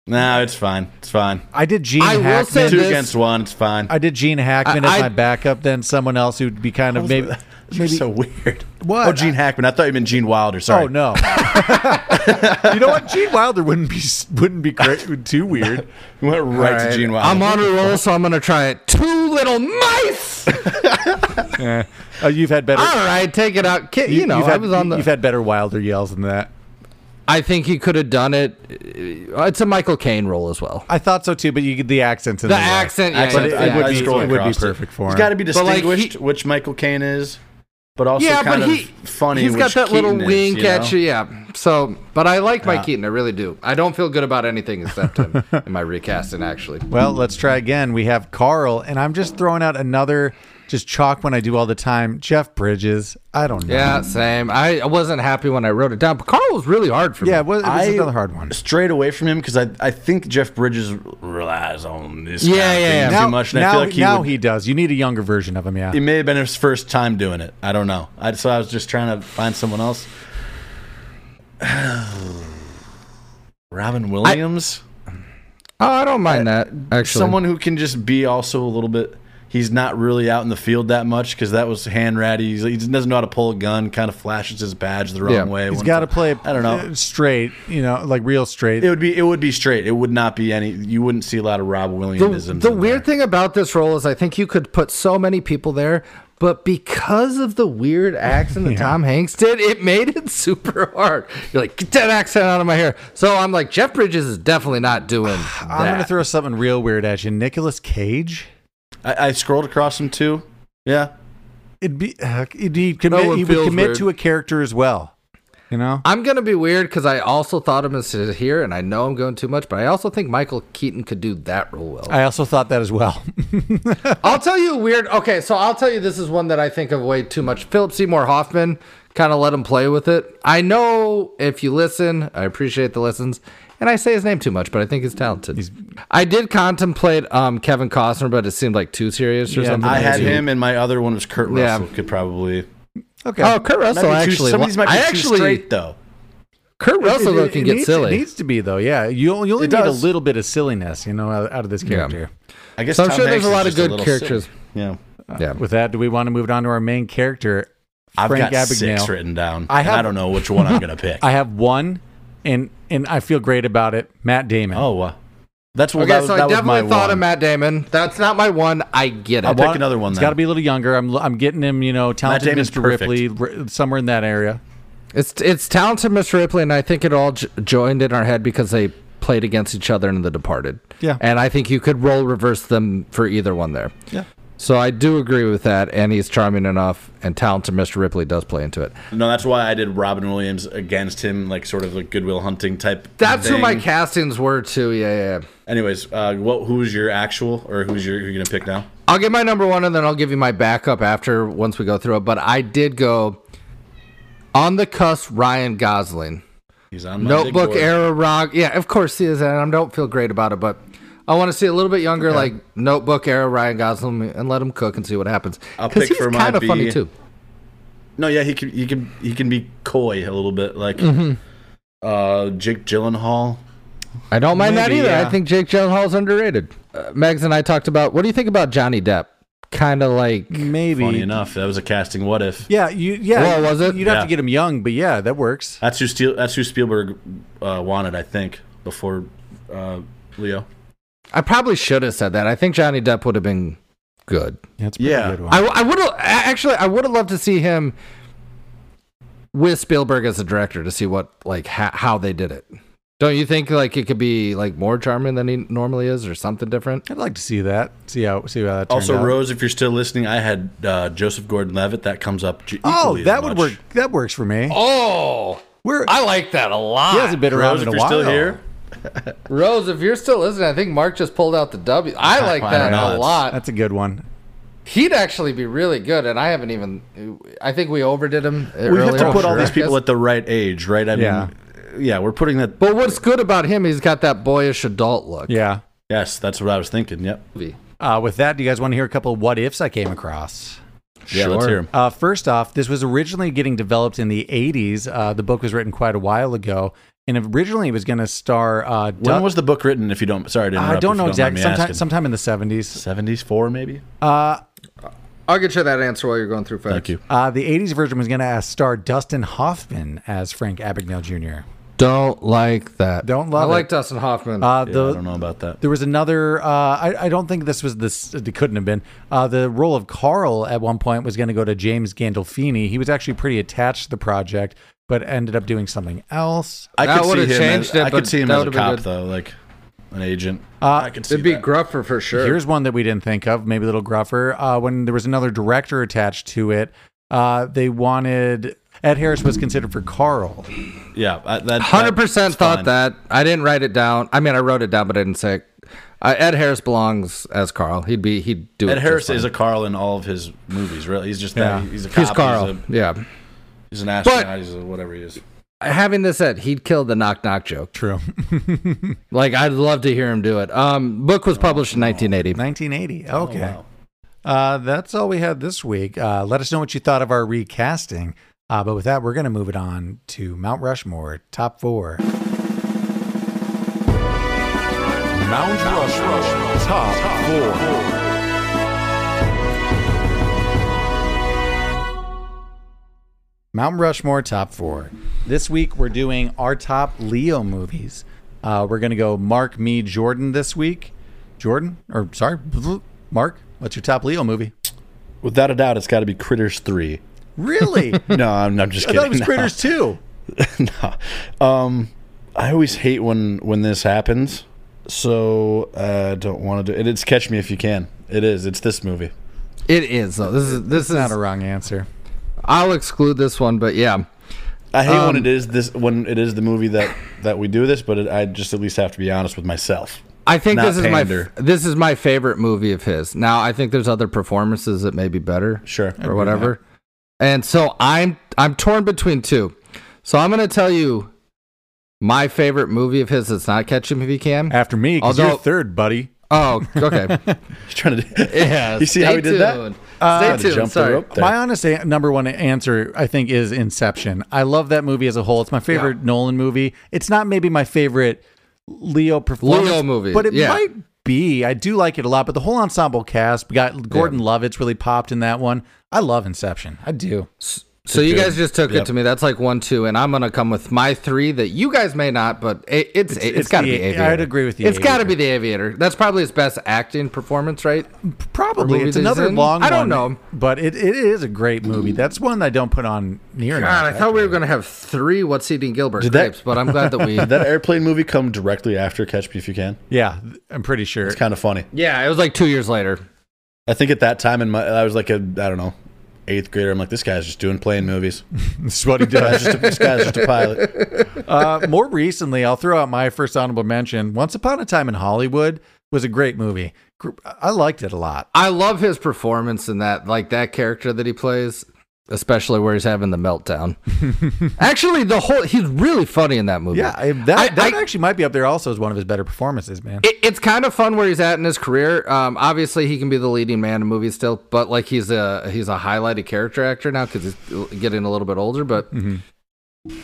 S1: No, it's fine. It's fine.
S2: I did Gene
S3: I will
S2: Hackman.
S3: say
S1: Two
S3: this-
S1: against one. It's fine.
S2: I did Gene Hackman
S3: I-
S2: as
S3: I-
S2: my backup, then someone else who'd be kind of maybe.
S1: You're
S2: maybe
S1: so weird.
S2: What?
S1: Oh, Gene Hackman. I thought you meant Gene Wilder. Sorry.
S2: oh no! you know what? Gene Wilder wouldn't be wouldn't be great, too weird.
S1: You went right, to Gene Wilder.
S3: I'm on a roll, so I'm gonna try it. Two little mice.
S2: Eh. Uh, you've had better.
S3: All right, take it out. Ki- You, know,
S2: you've
S3: I
S2: had-
S3: was on
S2: You've
S3: the.
S2: had better Wilder yells than that.
S3: I think he could have done it. It's a Michael Caine role as well.
S2: I thought so too, but you get the accents. In
S3: The
S2: there.
S3: accent, yeah,
S2: but
S3: yeah,
S2: it,
S3: yeah.
S2: it would
S3: I
S2: be
S1: scrolled
S2: it would be
S1: across it.
S2: perfect for him.
S1: He's got to be
S3: But, like,
S1: distinguished,
S3: he-
S1: which Michael Caine is, but also
S3: yeah,
S1: kind
S3: but
S1: of
S3: he
S1: funny.
S3: He's got
S1: which
S3: that little
S1: Keaton is,
S3: wink
S1: you
S3: at
S1: know?
S3: you, yeah. So, but I like Mike Keaton, I really do. I don't feel good about anything except him in my recasting, actually.
S2: Well, let's try again. We have Carl, and I'm just throwing out another just chalk one I do all the time. Jeff Bridges. I don't know.
S3: Yeah, same. I I wasn't happy when I wrote it down, but Carl was really hard for me.
S2: yeah. It was, it was
S1: I
S2: another hard one.
S1: Straight away from him because I I think Jeff Bridges relies on this
S3: Yeah,
S1: kind of
S3: yeah,
S1: thing
S3: yeah.
S1: too
S2: now,
S1: much, and
S2: now,
S1: I feel like he,
S2: now
S1: would,
S2: he does. You need a younger version of him. Yeah.
S1: it may have been his first time doing it. I don't know. I, so I was just trying to find someone else. Robin Williams,
S3: Oh, I don't mind that actually.
S1: someone who can just be also a little bit. He's not really out in the field that much because that was hand ratty. He's, he doesn't know how to pull a gun. Kind of flashes his badge the wrong
S3: Yeah.
S1: way.
S2: He's
S1: when-
S2: got to play.
S1: I don't know.
S2: uh, Straight, you know, like real straight.
S1: It would be it would be straight. It would not be any. You wouldn't see a lot of Rob Williams.
S3: the, the weird thing about this role is I think you could put so many people there, but because of the weird accent that Tom Hanks did, it made it super hard. You're like, get that accent out of my hair. So I'm like, Jeff Bridges is definitely not doing that.
S2: I'm gonna throw something real weird at you. Nicolas Cage.
S1: I, I scrolled across him too. Yeah,
S2: It'd be uh, it'd be commit,
S3: one
S2: he would
S3: feels
S2: commit
S3: weird.
S2: to a character as well. You know,
S3: I'm gonna be weird because I also thought of him as here, and I know I'm going too much, but I also think Michael Keaton could do that role well.
S2: I also thought that as well.
S3: I'll tell you a weird. Okay, so I'll tell you this is one that I think of way too much. Philip Seymour Hoffman kind of let him play with it. I know if you listen, I appreciate the listens, and I say his name too much, but I think he's talented. I did contemplate um, Kevin Costner, but it seemed like too serious or
S2: Yeah,
S3: something.
S1: I
S2: Mhm.
S1: had him, and my other one was Kurt
S3: Yeah.
S1: Russell. Could probably.
S2: okay.
S3: Oh, Kurt
S1: Might
S3: Russell
S1: be too-
S3: actually.
S1: some of these might be
S3: I
S1: too
S3: actually
S1: straight though.
S3: Kurt Russell though
S2: It-
S3: can
S2: it
S3: get
S2: needs-
S3: silly.
S2: It needs to be though. Yeah, you you only
S1: It
S2: need a
S1: does.
S2: little bit of silliness, you know, out, out of this character.
S1: I guess
S3: So I'm
S1: Tom
S3: sure there's
S1: Hanks
S3: a
S1: is
S3: lot of
S1: just
S3: good
S1: little
S3: characters.
S1: silly. Yeah,
S3: yeah.
S2: With that, do we want to move on to our main character?
S1: I've
S2: Frank
S1: got
S2: Abagnale.
S1: six written down.
S2: I
S1: and I
S2: have-
S1: don't know which one I'm gonna pick.
S2: I have one, and and I feel great about it. Matt Damon.
S1: oh, uh, that's what.
S3: okay,
S1: that was,
S3: so
S1: that
S3: I
S1: was my
S3: definitely thought
S1: one.
S3: of Matt Damon. That's not my one. I get it.
S1: pick another one
S2: It's
S1: then.
S2: got to be a little younger. I'm I'm getting him, you know, talented
S1: Damon's
S2: Mr.
S1: perfect.
S2: Ripley, r- somewhere in that area.
S3: It's it's talented Mr. Ripley, and I think it all j- joined in our head because they played against each other in The Departed.
S2: Yeah.
S3: and I think you could roll reverse them for either one there.
S2: Yeah.
S3: So I do agree with that, and he's charming enough, and talented Mr. Ripley does play into it.
S1: No, that's why I did Robin Williams against him, like sort of like Goodwill Hunting type.
S3: That's who my
S1: thing.
S3: castings were too. Yeah, yeah. yeah.
S1: Anyways, uh, what? Who's your actual, or who's your? Who you gonna pick now?
S3: I'll get my number one, and then I'll give you my backup after once we go through it. But I did go on the cusp, Ryan Gosling.
S1: He's on my big
S3: Notebook
S1: board.
S3: era rock. Yeah, of course he is, and I don't feel great about it, but I want to see a little bit younger, like Notebook era Ryan Gosling, and let him cook and see what happens.
S1: I'll
S3: 'Cause
S1: pick
S3: he's
S1: for my
S3: kind of
S1: B.
S3: funny too.
S1: No, yeah, he can. He can. He can be coy a little bit, like uh, Jake Gyllenhaal.
S3: I don't mind that
S2: Maybe,
S3: either.
S2: yeah.
S3: I think Jake Gyllenhaal's underrated. Uh, Megs and I talked about what do you think about Johnny Depp? Kind of like
S2: Maybe.
S1: Funny enough, that was a casting. What if?
S2: Yeah, you. Yeah,
S3: Well, was it?
S2: You'd have to
S1: Yeah.
S2: get him young, but yeah, that works.
S1: That's who Steel, That's who Spielberg uh, wanted, I think, before uh, Leo.
S3: I probably should have said that. I think Johnny Depp would have been good.
S2: That's a pretty
S1: Yeah.
S2: good one.
S3: I, I would have actually I would have loved to see him with Spielberg as a director to see what like ha- how they did it. Don't you think like it could be like more charming than he normally is or something different?
S2: I'd like to see that. See how see how that turned
S1: Also,
S2: out.
S1: Rose, if you're still listening, I had uh, Joseph Gordon-Levitt. That comes up. j-
S2: Oh,
S1: equally as
S2: that would
S1: much.
S2: work. That works for me.
S3: Oh,
S2: We're
S3: I like that a lot.
S2: he hasn't been around
S1: Rose,
S2: in
S1: if
S2: a
S1: you're
S2: while.
S1: still here,
S3: Rose, if you're still listening, I think Mark just pulled out the W. I like
S1: I
S3: that
S1: know,
S3: a
S1: that's-
S3: lot.
S2: That's a good one.
S3: He'd actually be really good, and I haven't even. I think we overdid him.
S1: we have to
S3: earlier.
S1: put all
S3: I
S1: these people
S3: guess.
S1: at the right age, right? I mean,
S2: Yeah.
S1: yeah, we're putting that.
S3: But what's good about him? He's got that boyish adult look.
S2: Yeah.
S1: Yes, that's what I was thinking. Yep.
S2: Uh, with that, do you guys want to hear a couple of what ifs I came across?
S1: Yeah, let's hear 'em.
S2: Uh, first off, this was originally getting developed in the 80s. Uh, the book was written quite a while ago, and originally it was going to star. Uh,
S1: When
S2: Doug-
S1: was the book written? If you don't, sorry, to interrupt,
S2: I don't know
S1: if you
S2: exactly.
S1: mind me
S2: Sometime, sometime in the 70s.
S1: asking. 74 maybe.
S2: Uh,
S3: I'll get you that answer while you're going through. Facts.
S1: Thank you.
S2: uh, the 80s version was going to star Dustin Hoffman as Frank Abagnale Jr.
S3: Don't like that.
S2: Don't love
S3: I like
S2: it.
S3: Dustin Hoffman.
S2: Uh,
S1: Yeah, I
S2: the,
S1: don't know about that.
S2: There was another. Uh, I, I don't think this was this. It couldn't have been. Uh, the role of Carl at one point was going to go to James Gandolfini. He was actually pretty attached to the project, but ended up doing something else.
S1: I
S3: That
S1: could see
S3: would've
S1: him.
S3: changed
S1: as,
S3: it,
S1: I
S3: but
S1: could see him
S3: that
S1: as a
S3: would've been
S1: cop
S3: good.
S1: though, like an agent. I could see
S3: It'd be
S1: that.
S3: Gruffer for sure.
S2: Here's one that we didn't think of. Maybe a little gruffer. Uh, when there was another director attached to it, uh, they wanted Ed Harris was considered for Carl.
S1: yeah, I, that
S3: Hundred percent
S1: that's
S3: thought
S1: fine.
S3: that. I didn't write it down. I mean, I wrote it down, but I didn't say. It. Uh, Ed Harris belongs as Carl. He'd be. He'd do it.
S1: Ed
S3: just
S1: Harris
S3: fine.
S1: is a Carl in all of his movies. Really, he's just
S2: Yeah.
S1: that. He's a cop.
S3: He's Carl.
S1: He's, a,
S3: yeah.
S1: he's an astronaut. he's a whatever he is.
S3: Having this said, he'd kill the knock knock joke.
S2: True.
S3: Like I'd love to hear him do it. Um, book was published in 1980.
S2: 1980. Okay.
S1: wow.
S2: Uh, that's all we had this week. Uh, let us know what you thought of our recasting. Uh, but with that, we're going to move it on to Mount Rushmore, top four.
S4: Mount Rushmore, top four.
S2: Mount Rushmore top four. This week we're doing our top Leo movies. Uh, we're gonna go Mark, me, Jordan this week. Jordan, or sorry, Mark, what's your top Leo movie?
S1: Without a doubt, it's got to be Critters Three.
S2: Really? I
S1: No, I'm, I'm just kidding.
S2: thought it was
S1: No.
S2: Critters too.
S1: no. Um, I always hate when when this happens, so I don't want to do it. It's Catch Me If You Can. It is. It's this movie.
S3: It is though. This is this is.
S2: Not a wrong answer.
S3: I'll exclude this one, but yeah,
S1: I hate when it is this when it is the movie that that we do this, but it, I just at least have to be honest with myself.
S3: I think
S1: Not
S3: this is my
S1: pander.
S3: f- this is my favorite movie of his. Now I think there's other performances that may be better
S1: Sure.
S3: or whatever, and so I'm I'm torn between two. So I'm gonna tell you my favorite movie of his. That's not Catch Him If You Can.
S2: After me, because you're
S3: Although-
S2: third, buddy.
S3: Oh, okay.
S1: He's trying to. Do,
S3: Yeah,
S1: You see how
S3: stay
S1: he did that?
S3: tuned.
S1: Trying to
S3: Stay tuned.
S1: jump the
S3: Sorry.
S1: rope there.
S2: My honest a- number one answer, I think, is Inception. I love that movie as a whole. It's my favorite Nolan movie. It's not maybe my favorite Leo performance,
S3: Leo movie,
S2: but it
S3: yeah.
S2: might be. I do like it a lot. But the whole ensemble cast, we got Gordon Lovitz really popped in that one. I love Inception. I do.
S3: So you guys just took it to me. That's like one, two, and I'm gonna come with my three that you guys may not, but it, it's it's,
S2: it's
S3: it's got to
S2: the-
S3: be Aviator.
S2: I'd agree with the
S3: It's got to
S2: Aviator.
S3: be the Aviator. That's probably his best acting performance, right?
S2: Probably
S3: movie
S2: it's
S3: that he's
S2: another
S3: in?
S2: long.
S3: I
S2: one,
S3: don't know.
S2: but it, it is a great movie. That's one I don't put on near
S3: God, I
S2: enough.
S3: thought we were gonna have three. What's eating Gilbert
S1: Did that-
S3: grapes? but I'm glad that we.
S1: Did that airplane movie come directly after Catch Me If You Can?
S2: yeah, I'm pretty sure.
S1: It's kind of funny.
S3: yeah, it was like two years later.
S1: I think at that time in my, I was like a, I don't know, eighth grader. I'm like, this guy's just doing plane movies.
S2: This is what he does.
S1: Guy's just a- this guy's just a pilot.
S2: Uh, more recently, I'll throw out my first honorable mention. Once Upon a Time in Hollywood was a great movie. Gr- I liked it a lot.
S3: I love his performance in that, like that character that he plays, especially where he's having the meltdown. Actually, the whole he's really funny in that movie.
S2: Yeah, I, that,
S3: I-
S2: that
S3: I-
S2: actually might be up there also as one of his better performances, man.
S3: it, it's kind of fun where he's at in his career. Um, obviously, he can be the leading man in movies still, but like he's a he's a highlighted character actor now because he's getting a little bit older. But
S2: Mm-hmm.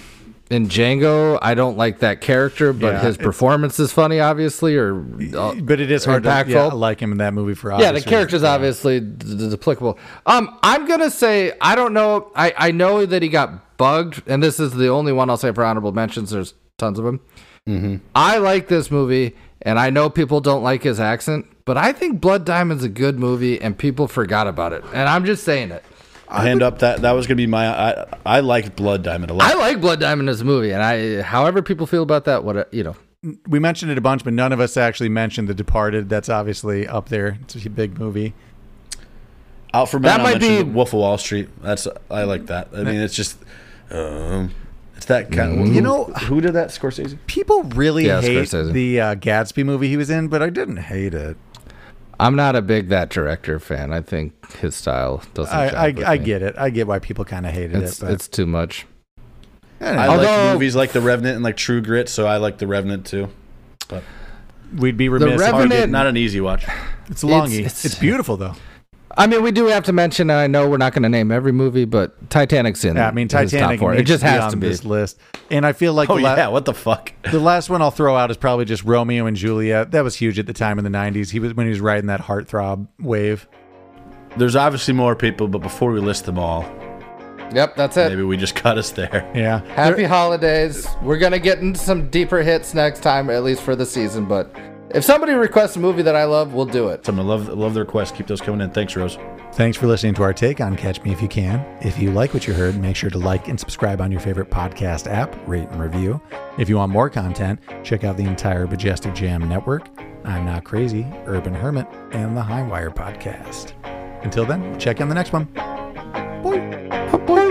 S3: in Django, I don't like that character, but
S2: Yeah,
S3: his
S2: it's-
S3: performance is funny, obviously. Or uh,
S2: but it is hard to
S3: impactful.
S2: yeah, I like him in that movie for
S3: yeah, the
S2: obvious
S3: character's
S2: reasons.
S3: obviously d- d- applicable. Um, I'm gonna say I don't know. I I know that he got bugged, and this is the only one I'll say for honorable mentions. There's tons of them.
S2: Mm-hmm.
S3: I like this movie, and I know people don't like his accent, but I think Blood Diamond's a good movie, and people forgot about it. And I'm just saying it.
S1: Hand up that that was gonna be my. I I liked Blood Diamond a lot.
S3: I like Blood Diamond as a movie, and I however people feel about that, what you know.
S2: We mentioned it a bunch, but none of us actually mentioned The Departed. That's obviously up there. It's a big movie.
S1: Out for men,
S3: That
S1: I
S3: might be-
S1: mentioned Wolf of Wall Street. That's I like that. I mean, it's just, um, it's that kind. Of,
S2: You know,
S1: who did that? Scorsese.
S2: people really
S3: Yeah,
S2: hate
S3: Scorsese.
S2: the uh, Gatsby movie he was in, but I didn't hate it.
S3: I'm not a big that director fan. I think his style doesn't.
S2: I, I,
S3: jive with
S2: I
S3: me.
S2: get it. I get why people kind of hated
S3: it's
S2: it. But
S3: it's too much.
S1: I
S3: Although-
S1: like movies like The Revenant and like True Grit, so I like The Revenant too.
S2: we'd be remiss. if we
S3: Revenant-
S2: didn't-
S1: Not an easy watch.
S2: It's longy.
S3: It's-
S2: It's,
S3: it's-
S2: beautiful though.
S3: I mean, we do have to mention, and I know we're not going to name every movie, but Titanic's in.
S2: Yeah, I mean
S3: his top
S2: Titanic.
S3: four. It
S2: needs
S3: just
S2: be
S3: has
S2: on
S3: to be.
S2: this list. And I feel like
S1: Oh
S2: the, la-
S1: yeah, what the fuck?
S2: the last one I'll throw out is probably just Romeo and Juliet. That was huge at the time in the '90s. He was when he was riding that heartthrob wave.
S1: There's obviously more people, but before we list them all,
S3: Yep, that's it.
S1: maybe we just cut us there.
S2: Yeah,
S3: Happy holidays. We're going to get into some deeper hits next time, at least for the season. But if somebody requests a movie that I love, we'll do it.
S1: So I'm gonna love love the request. Keep those coming in. Thanks, Rose.
S2: Thanks for listening to our take on Catch Me If You Can. If you like what you heard, make sure to like and subscribe on your favorite podcast app, rate and review. If you want more content, check out the entire Majestic Jam network. I'm Not Crazy, Urban Hermit, and the Highwire Podcast. Until then, check in the next one. Boy.